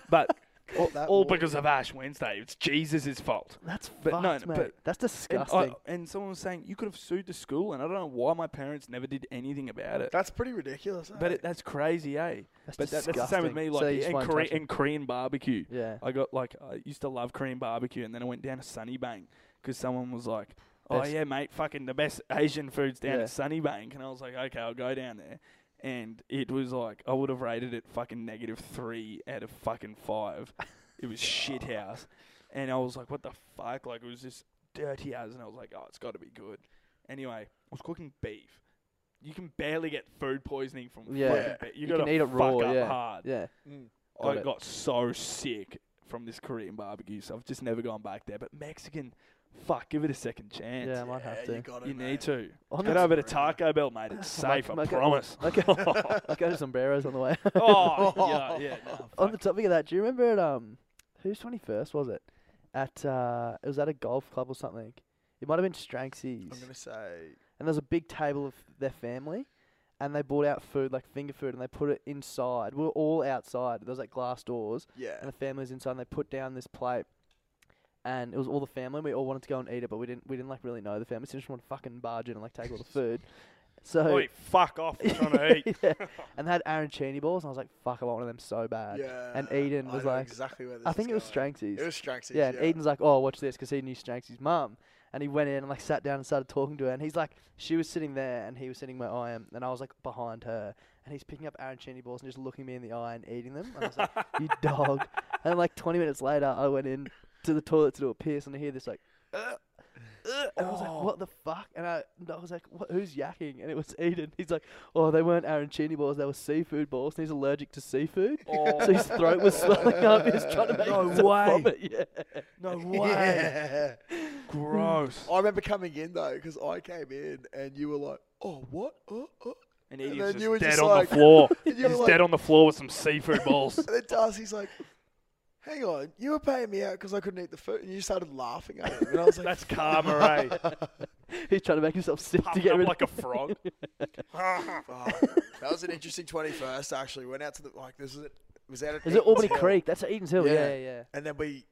S8: But all,
S4: that
S8: all
S4: woman.
S8: because of Ash Wednesday. It's Jesus' fault.
S4: That's
S8: but no,
S4: fucked,
S8: no,
S4: mate.
S8: But
S4: That's
S8: and I-
S4: disgusting.
S8: And, someone was saying you could have sued the school, and I don't know why my parents never did anything about it.
S3: That's pretty ridiculous.
S8: but it, that's crazy, eh?
S4: That's
S8: but that's the same with
S4: disgusting.
S8: me,
S4: So
S8: like
S4: you just
S8: and,
S4: won't
S8: Kore-
S4: touch it.
S8: and Korean barbecue.
S4: yeah.
S8: I got like I used to love Korean barbecue, and then I went down to Sunnybank because someone was like, "Oh
S4: Best.
S8: yeah, mate, fucking the best Asian foods down
S4: Yeah.
S8: at Sunnybank," and I was like, "Okay, I'll go down there." And it was like I would have rated it fucking negative three out of fucking five. it was shit house, and I was like, "What the fuck?" Like it was just dirty as, and I was like, "Oh, it's got to be good." Anyway, I was cooking beef. You can barely get food poisoning from
S4: Yeah.
S8: fucking beef. You,
S4: You
S8: gotta
S4: can eat it
S8: fuck
S4: raw,
S8: up
S4: yeah.
S8: hard.
S4: Yeah.
S8: I
S4: Got it.
S8: got so sick from this Korean barbecue, so I've just never gone back there. But Mexican, fuck, give it a second chance.
S4: Yeah, I might have to.
S8: you need to.
S4: Oh,
S8: Get
S4: no.
S8: over to Taco Bell, mate. It's safe, I
S4: Mike-
S8: promise.
S4: Okay. I'll go to sombreros on the way.
S8: oh, yeah, yeah. No,
S4: on the
S8: fuck.
S4: topic of that, do you remember at um whose twenty first was it? At uh it was at a golf club or something. It might have been Stranksy's.
S3: I'm
S4: And
S3: gonna say
S4: there was a big table of their family and they brought out food, like finger food, and they put it inside. We were all outside. There was like glass doors and
S3: yeah.
S4: the family was inside and they put down this plate and it was all the family and we all wanted to go and eat it but we didn't we didn't like really know the family so we just wanted to fucking barge in and like take all the food. So
S8: Oi, fuck off. I'm trying to eat.
S4: yeah. And they had arancini balls, and I was like, fuck, I want one of them so bad.
S3: Yeah.
S4: And Eden
S3: I
S4: was
S3: know
S4: like,
S3: exactly where this
S4: I
S3: is
S4: think it was
S3: going.
S4: Stranksy's.
S3: It was Stranksy's.
S4: yeah, and Eden's like, oh, watch this, because he knew Stranksy's mum. And he went in and like sat down and started talking to her. And he's like, she was sitting there, and he was sitting where I am, and I was like behind her. And he's picking up arancini balls and just looking me in the eye and eating them. And I was like, you dog. And like 20 minutes later, I went in to the toilet to do a piss, and I hear this like.
S3: Uh,
S4: "Ugh, ugh," And I was
S3: oh.
S4: like, "What the fuck?" And I, and I was like, what, "Who's yakking?" And it was Eden. He's like, "Oh, they weren't arancini balls; they were seafood balls." And he's allergic to seafood,
S3: Oh.
S4: so his throat was swelling up. He was trying to make
S3: No
S4: himself
S3: way.
S4: vomit. Yeah.
S8: No way.
S3: Yeah.
S8: Gross.
S3: I remember coming in though, because I came in and you were like, "Oh, what? Oh, oh."
S8: And
S3: And
S8: Edie's
S3: then
S8: just
S3: you were
S8: dead
S3: just
S8: on
S3: like-
S8: the floor.
S3: and you
S8: He's
S3: were like-
S8: dead on the floor with some seafood balls.
S3: And then Darcy's like, "Hang on, you were paying me out because I couldn't eat the food, and you started laughing at him." And I was like,
S8: That's karma, eh?
S4: He's trying to make himself sick to
S8: Puffed
S4: get
S8: up
S4: rid
S8: like a frog.
S3: "Fuck." Oh, "That was an interesting twenty-first, actually." Went out to the like this was it was out at
S4: of. Is it Albany
S3: Eaton's Hill.
S4: Creek? That's at Eden's Hill. Yeah,
S3: Yeah.
S4: yeah, yeah.
S3: And then we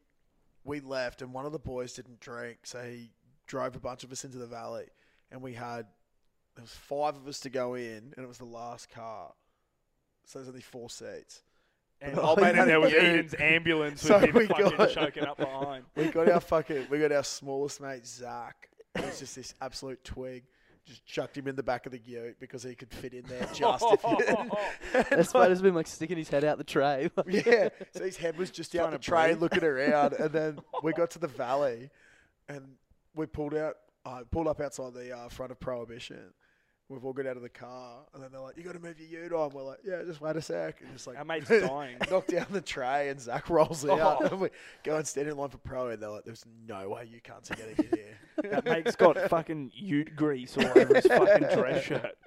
S3: we left, and one of the boys didn't drink, so he drove a bunch of us into the valley, and we had there was five of us to go in, and it was the last car, so there's only four seats.
S8: And,
S3: Oh,
S8: and
S3: yeah.
S8: then there was
S3: Yeah.
S8: Eden's ambulance
S3: So
S8: with
S3: we
S8: him fucking
S3: got-
S8: choking up behind.
S3: We got our fucking we got our smallest mate Zach. He's just this absolute twig. Just chucked him in the back of the ute because he could fit in there just. if
S4: That spider's been like sticking his head out the tray.
S3: Yeah. So his head was just out the
S8: Trying to
S3: tray
S8: breathe.
S3: looking around. And then we got to the valley and we pulled out, uh, pulled up outside the uh, front of Prohibition. We've all got out of the car. And then they're like, you got to move your ute on. We're like, yeah, just wait a sec. And just like,
S8: Our mate's dying. Oh.
S3: knock down the tray and Zach rolls out. And we go and stand in line for Pro. And they're like, there's no way you can't get in here.
S8: That mate's got fucking ute grease all over his fucking dress shirt.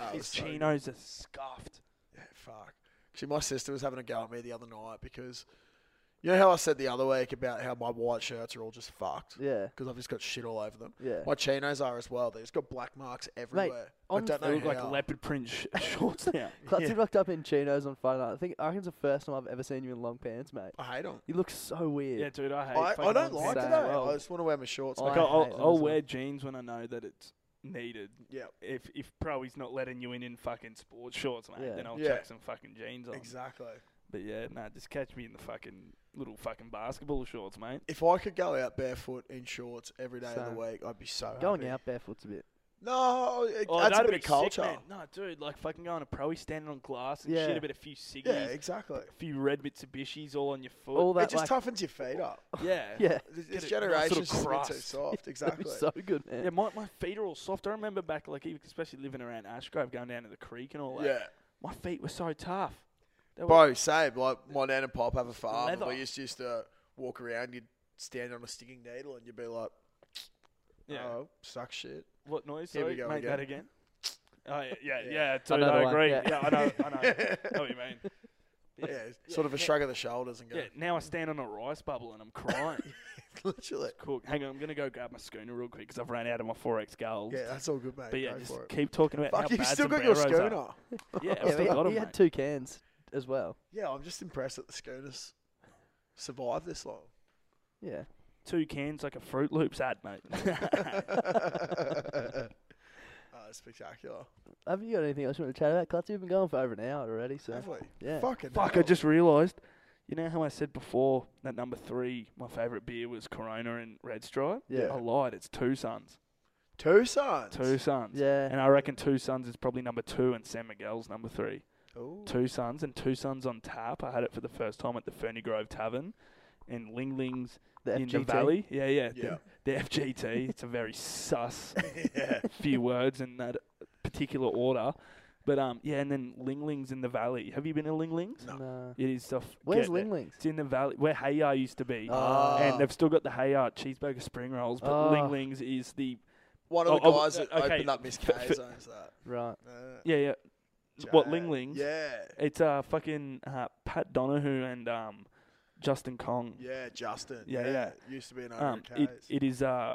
S3: Oh, it
S8: His
S3: was so
S8: chinos are scuffed.
S3: Yeah, fuck. Actually, my sister was having a go at me the other night because you know how I said the other week about how my white shirts are all just fucked
S4: yeah.
S3: because I've just got shit all over them.
S4: Yeah.
S3: My chinos are as well. They just got black marks everywhere. I
S4: on
S3: don't
S8: They
S3: know
S8: look like
S3: how.
S8: leopard print sh- shorts now.
S4: Clutzy rocked up in chinos on Friday night. I think I reckon it's the first time I've ever seen you in long pants, mate.
S3: I hate them.
S4: You look so weird.
S8: Yeah, dude, I hate.
S3: I, I
S8: fucking
S3: don't
S8: long
S3: like
S8: pants
S3: it.
S4: as
S8: as
S4: that.
S8: well.
S3: I just want to wear my shorts.
S4: I
S8: Like,
S4: hate
S8: I'll,
S4: them
S8: I'll,
S4: as
S8: I'll
S4: well.
S8: wear jeans when I know that it's needed.
S3: yeah,
S8: If if Proey's not letting you in in fucking sports shorts, mate,
S4: Yeah.
S8: then I'll
S3: Yeah.
S8: chuck some fucking jeans on.
S3: exactly.
S8: But yeah, nah, just catch me in the fucking little fucking basketball shorts, mate.
S3: If I could go out barefoot in shorts every day of
S4: Same.
S3: the week, I'd be so
S4: Going
S3: happy.
S4: out barefoot's a bit
S3: No, it
S8: Oh,
S3: adds a
S8: that'd
S3: bit of
S8: be sick,
S3: culture.
S8: man. no, dude, like fucking going to pro, standing on glass and
S3: Yeah.
S8: shit about a few ciggies.
S3: Yeah, exactly.
S8: A few red Mitsubishis all on your foot.
S3: it just toughens your feet up.
S8: Yeah.
S3: This,
S8: Get
S3: this
S8: it nice little
S3: generation's just a bit too
S8: crust.
S3: soft. Exactly.
S8: Yeah, my, my feet are all soft. I remember back, like, even- especially living around Ashgrove, going down to the creek and all that.
S3: Yeah.
S8: My feet were so tough. They were-
S3: Bro, same. Like my nan and pop have a farm. And
S8: leather.
S3: we used to, used to walk around. You'd stand on a stinging needle, and you'd be like,
S8: Yeah.
S3: "Oh, suck shit."
S8: What noise?
S3: Here
S8: Sorry,
S3: we go
S8: make
S3: again.
S8: that again. Oh yeah, yeah,
S3: Yeah.
S8: yeah. dude,
S3: Another
S8: I
S3: one,
S8: agree.
S3: yeah.
S8: Yeah. I know, I know. know what you mean.
S3: Yeah, sort of a
S8: yeah.
S3: shrug of the shoulders and go.
S8: Yeah, now I stand on a rice bubble and I'm crying.
S3: Literally.
S8: Cool. Hang on, I'm gonna go grab my schooner real quick because I've run out of my forex goals.
S3: Yeah, that's all good, mate.
S8: But yeah,
S3: Go
S8: just
S3: for it.
S8: keep talking about
S3: Fuck,
S8: how
S3: you've
S8: bad
S3: still got your
S8: sombreros are.
S3: schooner.
S8: Yeah, I've
S3: Yeah,
S8: still
S3: but
S8: got 'em,
S4: He had
S8: mate.
S4: two cans as well.
S3: Yeah, I'm just impressed that the schooners survived this long.
S4: Yeah.
S8: Two cans like a Fruit Loops ad, mate.
S3: Oh, that's spectacular.
S4: Have you got anything else you want to chat about, Clutzy? We've been going for over an hour already, so.
S3: Have we?
S4: Yeah.
S3: Fucking
S8: Fuck, I just realised. You know how I said before that number three, my favourite beer was Corona and Red Stripe?
S3: Yeah.
S8: I lied, it's Two Suns.
S3: Two Suns?
S8: Two Suns.
S4: Yeah.
S8: And I reckon Two Suns is probably number two and Sam Miguel's number three.
S3: Ooh.
S8: Two Suns and Two Suns on tap. I had it for the first time at the Ferny Grove Tavern in Ling Ling's
S4: The
S8: in the
S4: FGT?
S8: Valley. Yeah, yeah.
S4: Yeah.
S8: The, the FGT. it's a very sus
S3: Yeah.
S8: few words in that particular order. But um, yeah, and then Ling Ling's in the Valley. Have you been to Ling Ling's?
S3: No.
S8: It is stuff.
S4: Where's Ling Ling's?
S8: It's in the valley where Hayar used to be,
S4: Ah.
S8: Uh, and they've still got the Hayar cheeseburger spring rolls. But
S4: Ah.
S8: Ling Ling's is the
S3: One of the
S8: Oh, oh,
S3: guys that
S8: okay,
S3: opened up Miss K
S8: f- f-
S3: zones that.
S4: Right.
S3: Uh,
S8: yeah, yeah. What Ling Ling's?
S3: Yeah.
S8: It's uh fucking uh, Pat Donahue and um Justin Kong.
S3: Yeah, Justin.
S8: Yeah,
S3: Yeah,
S8: yeah.
S3: used to be an
S8: um,
S3: Iron
S8: it,
S3: K's.
S8: it is uh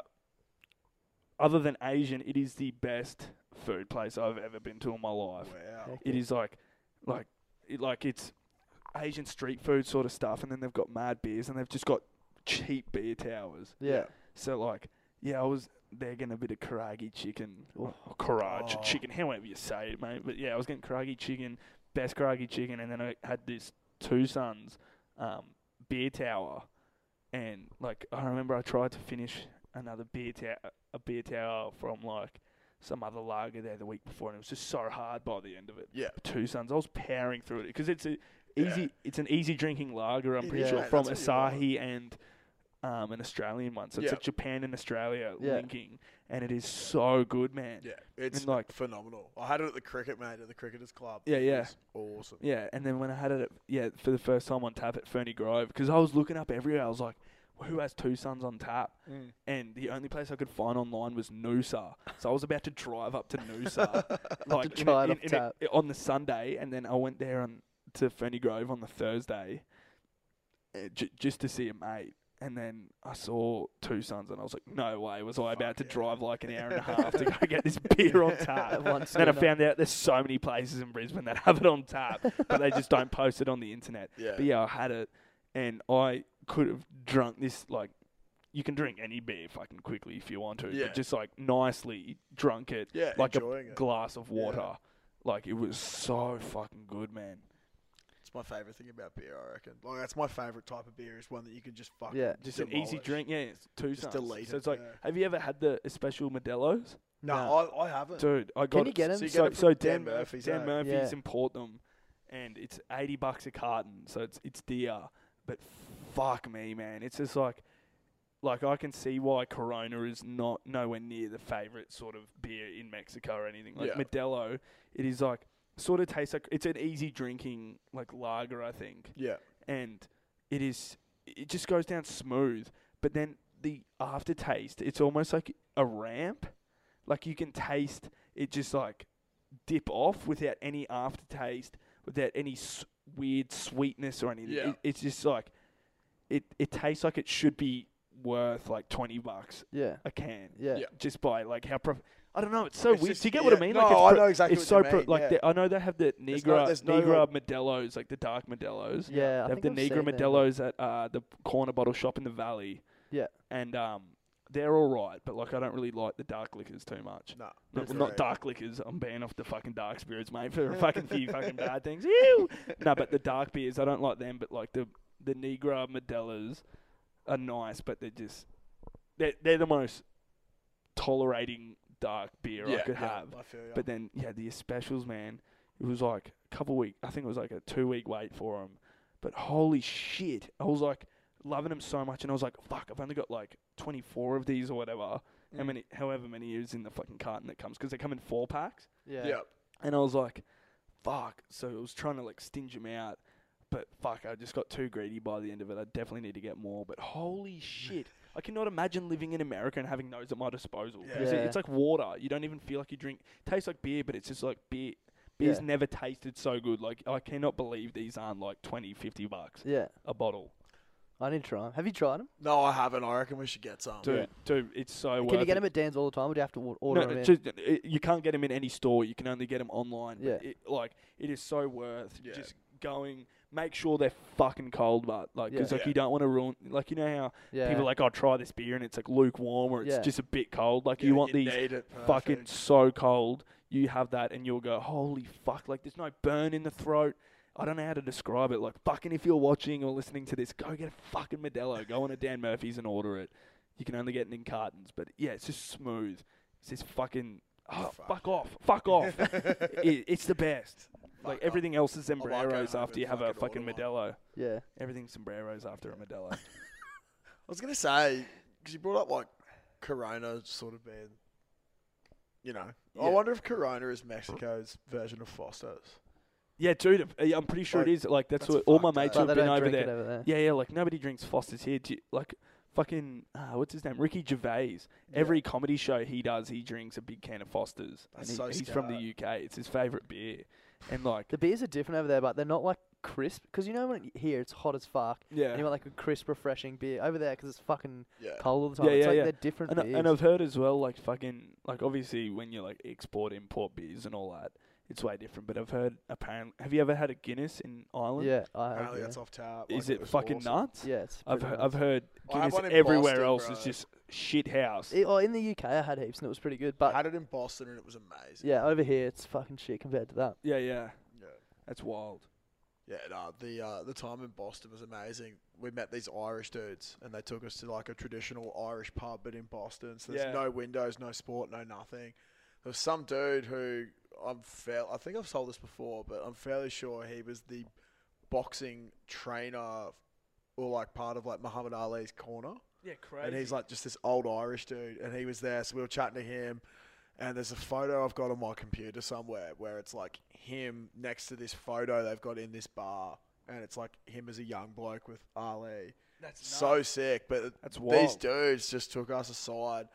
S8: other than Asian, it is the best food place I've ever been to in my life.
S3: Wow.
S8: It is like like it, like it's Asian street food sort of stuff and then they've got mad beers and they've just got cheap beer towers.
S4: Yeah.
S8: So like yeah, I was there getting a bit of karagi chicken or karage
S9: Oh.
S8: chicken, however you say it, mate. But yeah, I was getting karagi chicken, best karagi chicken, and then I had this two sons um, beer tower, and like I remember I tried to finish another beer tower, a beer tower from like some other lager there the week before, and it was just so hard by the end of it.
S3: Yeah,
S8: two sons. I was powering through it because it's a easy, it's an easy drinking lager. I'm
S9: It
S8: pretty
S9: is,
S8: sure
S9: mate,
S8: from
S9: that's what
S8: Asahi and um, an Australian one. So it's
S3: Yeah.
S8: like Japan and Australia
S3: Yeah.
S8: linking, and it is so good, man.
S3: Yeah, it's
S8: and like
S3: phenomenal. I had it at the cricket, mate, at the cricketers club.
S8: yeah,
S3: It
S8: yeah,
S3: was awesome.
S8: Yeah, and then when I had it, at, yeah, for the first time on tap at Fernie Grove, because I was looking up everywhere. I was like, who has two sons on tap?
S3: Mm.
S8: And the only place I could find online was Noosa. So I was about to drive up to Noosa, like in
S4: try
S8: a-
S4: it
S8: in-
S4: off
S8: in a-
S4: tap.
S8: on the Sunday, and then I went there on to Fernie Grove on the Thursday, uh, j- just to see a mate. And then I saw two sons, and I was like, "No way! Was I about to drive like an hour and a half to go get this beer on tap?"
S4: At once,
S8: and I
S4: yeah.
S8: found out there's so many places in Brisbane that have it on tap, but they just don't post it on the internet.
S9: Yeah.
S8: But yeah, I had it, and I could have drunk this like. You can drink any beer fucking quickly if you want to,
S9: Yeah.
S8: but just like nicely drunk it,
S9: Yeah,
S8: like a
S9: enjoying it.
S8: glass of
S9: Yeah.
S8: water. Like it was so fucking good, man.
S3: It's my favorite thing about beer, I reckon. Like that's my favorite type of beer is one that you can just fucking
S8: Yeah, just an easy
S3: demolish.
S8: drink. Yeah, it's two
S3: Just
S8: suns.
S3: delete
S8: So
S3: it,
S8: it's like,
S3: yeah.
S8: have you ever had the special Modelo's?
S3: No, I, I haven't.
S8: Dude, I got
S3: Can you
S8: it-
S3: get 'em? So
S8: So,
S3: you get 'em
S8: so
S3: from
S8: Dan,
S3: Dan Murphy's,
S8: Murphy's, Dan
S3: eh?
S8: Murphy's
S3: Yeah.
S8: in Portnam, and it's eighty bucks a carton. So it's it's dear, but fuck me, man, it's just like, like I can see why Corona is not nowhere near the favorite sort of beer in Mexico or anything. Like
S9: Yeah.
S8: Modelo, it is like sort of tastes like it's an easy drinking like lager, I think.
S3: Yeah.
S8: and it is it just goes down smooth, but then the aftertaste, it's almost like a ramp. Like you can taste it just like dip off without any aftertaste, without any s- weird sweetness or anything.
S9: Yeah.
S8: It, it's just like it it tastes like it should be worth like 20 bucks
S4: Yeah.
S8: a can.
S4: Yeah. Yeah.
S8: Just by like how prof- I don't know, it's so
S3: It's
S8: weird.
S3: just-
S8: Do you get what I
S3: yeah.
S8: mean?
S3: No,
S8: like it's
S3: I know exactly
S8: it's
S3: what you
S8: so pro-
S3: mean,
S8: like
S3: yeah.
S8: the, I know they have the
S3: There's
S8: Negra
S3: no- there's no,
S8: Negra
S3: like-
S8: Modelo's, like the dark Modelo's.
S4: Yeah, I
S8: they
S4: think
S8: have the
S4: I've
S8: Negra
S4: seen them.
S8: Modelo's at uh, the corner bottle shop in the valley.
S4: Yeah.
S8: and um, they're all right, but like I don't really like the dark liquors too much.
S3: No,
S8: not,
S3: that's
S8: not
S3: right.
S8: dark liquors. I'm banned off the fucking dark spirits, mate, for a fucking few fucking bad things. Ew. No, but the dark beers, I don't like them. But like the the Negra Modelo's are nice, but they're just they're they're the most tolerating dark beer I
S6: Yeah,
S8: could
S6: yeah,
S8: have.
S6: I feel ya.
S8: But then yeah, the specials, man. It was like a couple week. I think it was like a two week wait for them. But holy shit, I was like loving them so much, and I was like, fuck, I've only got like 24 of these or whatever. How
S6: Mm.
S8: many, however many is in the fucking carton that comes, because they come in four packs.
S6: Yeah. Yep.
S8: And I was like, fuck. So I was trying to like stinge them out, but fuck, I just got too greedy by the end of it. I definitely need to get more. But holy shit, I cannot imagine living in America and having those at my disposal. 'Cause it-
S6: Yeah.
S8: It's like water. You don't even feel like you drink. Tastes like beer, but it's just like beer. Beer's
S4: Yeah.
S8: never tasted so good. Like I cannot believe these aren't like 20, 50 bucks.
S4: Yeah.
S8: a bottle.
S4: I need to try 'em. Have you tried them?
S3: No, I haven't. I reckon we should get some.
S8: Dude, dude, it's so
S4: Oh, Can
S8: worth
S4: you get
S8: it.
S4: them at Dan's all the time? Or do you have to wa- order
S8: no,
S4: them?
S8: it's just- it- you can't get them in any store. You can only get them online. but
S4: Yeah.
S8: it, like it is so worth just going. Make sure they're fucking cold, but like because
S4: Yeah.
S8: like
S4: Yeah.
S8: you don't want to ruin. Like you know how
S4: Yeah.
S8: people are like oh try this beer and it's like lukewarm or it's
S4: Yeah.
S8: just a bit cold. Like
S4: Yeah,
S8: you want
S4: you
S8: these
S4: need it.
S8: fucking so cold. You have that and you'll go holy fuck. Like there's no burn in the throat. I don't know how to describe it. Like fucking if you're watching or listening to this, go get a fucking Modelo. go on to Dan Murphy's and order it. You can only get it in cartons, but yeah, it's just smooth. It's this fucking oh, fuck. off, fuck off. Oh. it, it's the best. like everything else is sombreros after you have a fucking Modelo.
S4: Yeah,
S8: everything's sombreros after a Modelo.
S3: I was gonna say because you brought up like Corona sort of being, you know. I
S8: Yeah.
S3: wonder if Corona is Mexico's version of Foster's.
S8: yeah, dude, if- eh, I'm pretty sure it
S3: Like,
S8: is. Like that's,
S3: that's
S8: what all my
S3: fucked
S8: mates
S3: up.
S8: who've
S3: Like, they
S8: been
S3: don't
S8: over
S3: drink
S8: there.
S3: it over there.
S8: Yeah, yeah. Like nobody drinks Foster's here. Do you, like fucking uh, what's his name? Ricky Gervais. Every comedy show he does, he drinks a big can of Foster's. and
S4: That's
S8: he-
S4: so
S8: he's from the UK. It's his favorite beer. And like
S4: the beers are different over there, but they're not like crisp. Because you know when it- here it's hot as fuck.
S8: Yeah.
S4: And you want like a crisp, refreshing beer over there because it's fucking
S8: Yeah.
S4: cold all the time. it's like they're different
S8: And, I-
S4: beers.
S8: and I've heard as well, like fucking, like obviously when you like export import beers and all that, it's way different. But I've heard apparently, have you ever had a Guinness in Ireland?
S4: Yeah, I have, Apparently yeah.
S3: that's off tap,
S8: Is
S3: like, it
S8: it
S3: was
S8: fucking
S3: awesome.
S8: nuts?
S4: Yeah, it's
S8: I've
S4: pretty
S8: heard,
S4: nuts.
S8: I've heard
S4: I had
S8: Guinness
S4: one in
S8: everywhere
S4: Boston,
S8: else
S4: bro.
S8: is just shit house.
S4: It- oh, in the UK I had heaps and it was pretty good. But
S3: I had it in Boston and it was amazing.
S4: yeah, over here it's fucking shit compared to that.
S8: Yeah, yeah,
S3: yeah.
S8: That's wild.
S3: Yeah, no, the uh, the time in Boston was amazing. We met these Irish dudes, and they took us to like a traditional Irish pub, but in Boston, so there's
S8: Yeah.
S3: no windows, no sport, no nothing. There was some dude who I'm fair. I think I've told this before, but I'm fairly sure he was the boxing trainer, or like part of like Muhammad Ali's corner.
S8: Yeah,
S3: And he's
S8: crazy.
S3: like just this old Irish dude, and he was there, so we were chatting to him. And there's a photo I've got on my computer somewhere where it's like him next to this photo they've got in this bar, and it's like him as a young bloke with Ali.
S8: That's
S3: so sick. But
S8: That's
S3: these
S8: wild.
S3: dudes just took us aside,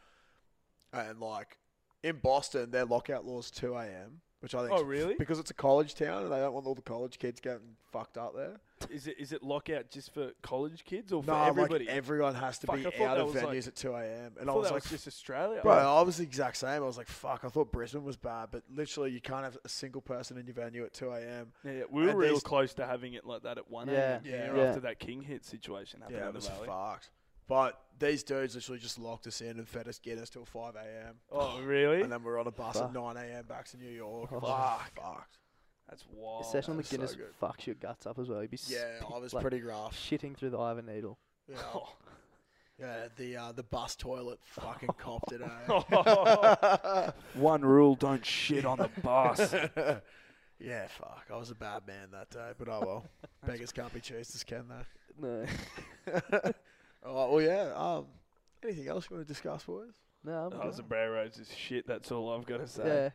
S3: and like in Boston, their lockout laws 2 a.m. Which I think
S8: Oh, really?
S3: because it's a college town and they don't want all the college kids getting fucked up there.
S8: Is it is it lockout just for college kids or for
S3: No,
S8: everybody?
S3: like everyone has to
S8: Fuck,
S3: be
S8: I thought
S3: out
S8: that
S3: of
S8: was, like-
S3: venues at 2 a.m. And I,
S8: thought
S3: was
S8: that
S3: like,
S8: was just Australia. Oh.
S3: Bro, I was the exact same. I was like, fuck, I thought Brisbane was bad, but literally you can't have a single person in your venue at 2 a.m.
S8: Yeah, yeah, we were
S3: And
S8: real
S3: these-
S8: close to having it like that at one
S3: Yeah,
S8: a.m. here
S3: yeah.
S8: after that King hit situation happened
S3: Yeah,
S8: in
S3: it
S8: the
S3: was
S8: valley.
S3: fucked. But these dudes literally just locked us in and fed us Guinness till 5 a.m.
S8: Oh, really?
S3: And then we are on a bus
S8: Fuck.
S3: at 9 a.m. back to New York.
S4: Oh.
S3: Fuck.
S4: Fuck.
S3: Fucked.
S8: That's wild.
S4: a session on
S3: that
S4: the
S3: was
S4: Guinness
S3: Oh, so good.
S4: fucks your guts up as well. You'd be
S3: Yeah,
S4: spit-
S3: I was
S4: like,
S3: pretty rough.
S4: Shitting through the ivor needle.
S3: Yeah. Yeah, the uh, the bus toilet fucking copped it. Eh?
S8: One rule: don't shit on the bus.
S3: yeah, fuck. I was a bad man that day, but oh well. Beggars can't be choosers, can they?
S4: No.
S3: oh well, yeah. Um, anything else you want to discuss, boys?
S4: No,
S8: Oh, Zabreros is shit. That's all I've got to say.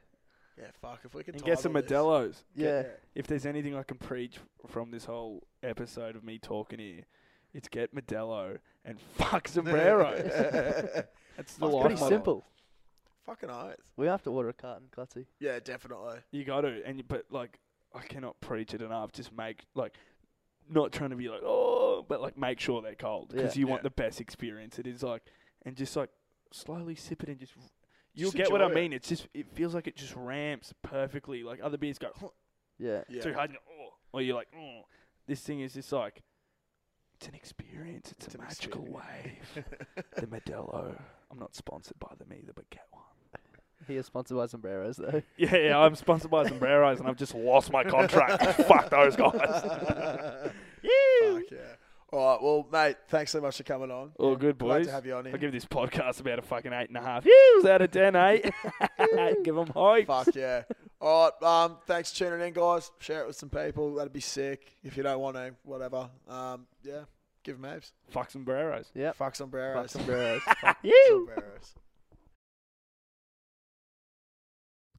S3: Yeah, fuck. If we can
S8: And get some
S3: title this-
S8: Modelo's.
S3: Yeah.
S8: If there's anything I can preach from this whole episode of me talking here, it's get Modelo and fuck Sombreros. That's the
S3: Fuck,
S8: life
S4: pretty
S8: motto.
S4: simple.
S3: Fucking oath.
S4: We have to order a carton, Clutzy.
S3: Yeah, definitely.
S8: You got to, and you, but like I cannot preach it enough. Just make like not trying to be like oh, but like make sure they're cold because
S4: Yeah.
S8: you want
S4: Yeah.
S8: the best experience. It is like and just like slowly sip it and just you'll
S4: Just
S8: get what I
S4: enjoy it.
S8: mean. It's just it feels like it just ramps perfectly. Like other beers go
S4: Yeah.
S8: too hard and you go, oh, or you're like oh. This thing is just like it's an experience. It's, a magical wave. the Modelo. I'm not sponsored by them either, but get one.
S4: He is sponsored by Sombreros, though.
S8: Yeah, yeah, I'm sponsored by Sombreros and I've just lost my contract. Fuck those guys.
S3: Fuck yeah. All right, well, mate, thanks so much for coming on.
S10: All good,
S3: Glad
S10: boys.
S3: to have you on here.
S10: I'll give this podcast about a fucking eight and a half views out of ten, eh? give them hype.
S3: Fuck yeah. All right, um, thanks for tuning in, guys. Share it with some people. That'd be sick. If you don't want to, whatever. Um, yeah, give them apes.
S10: Fuck sombreros.
S4: Yeah.
S3: Fuck sombreros.
S4: Fuck sombreros.
S3: Fuck
S10: You.
S3: sombreros.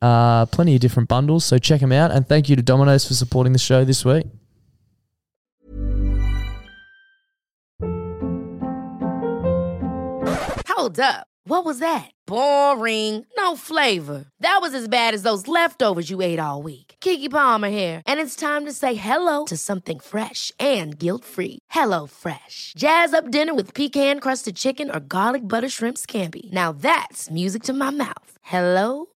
S2: Uh, plenty of different bundles, so check them out. And thank you to Domino's for supporting the show this week.
S11: Hold up. What was that? Boring. No flavor. That was as bad as those leftovers you ate all week. Kiki Palmer here, and it's time to say hello to something fresh and guilt-free. Hello Fresh. Jazz up dinner with pecan-crusted chicken or garlic butter shrimp scampi. Now that's music to my mouth. Hello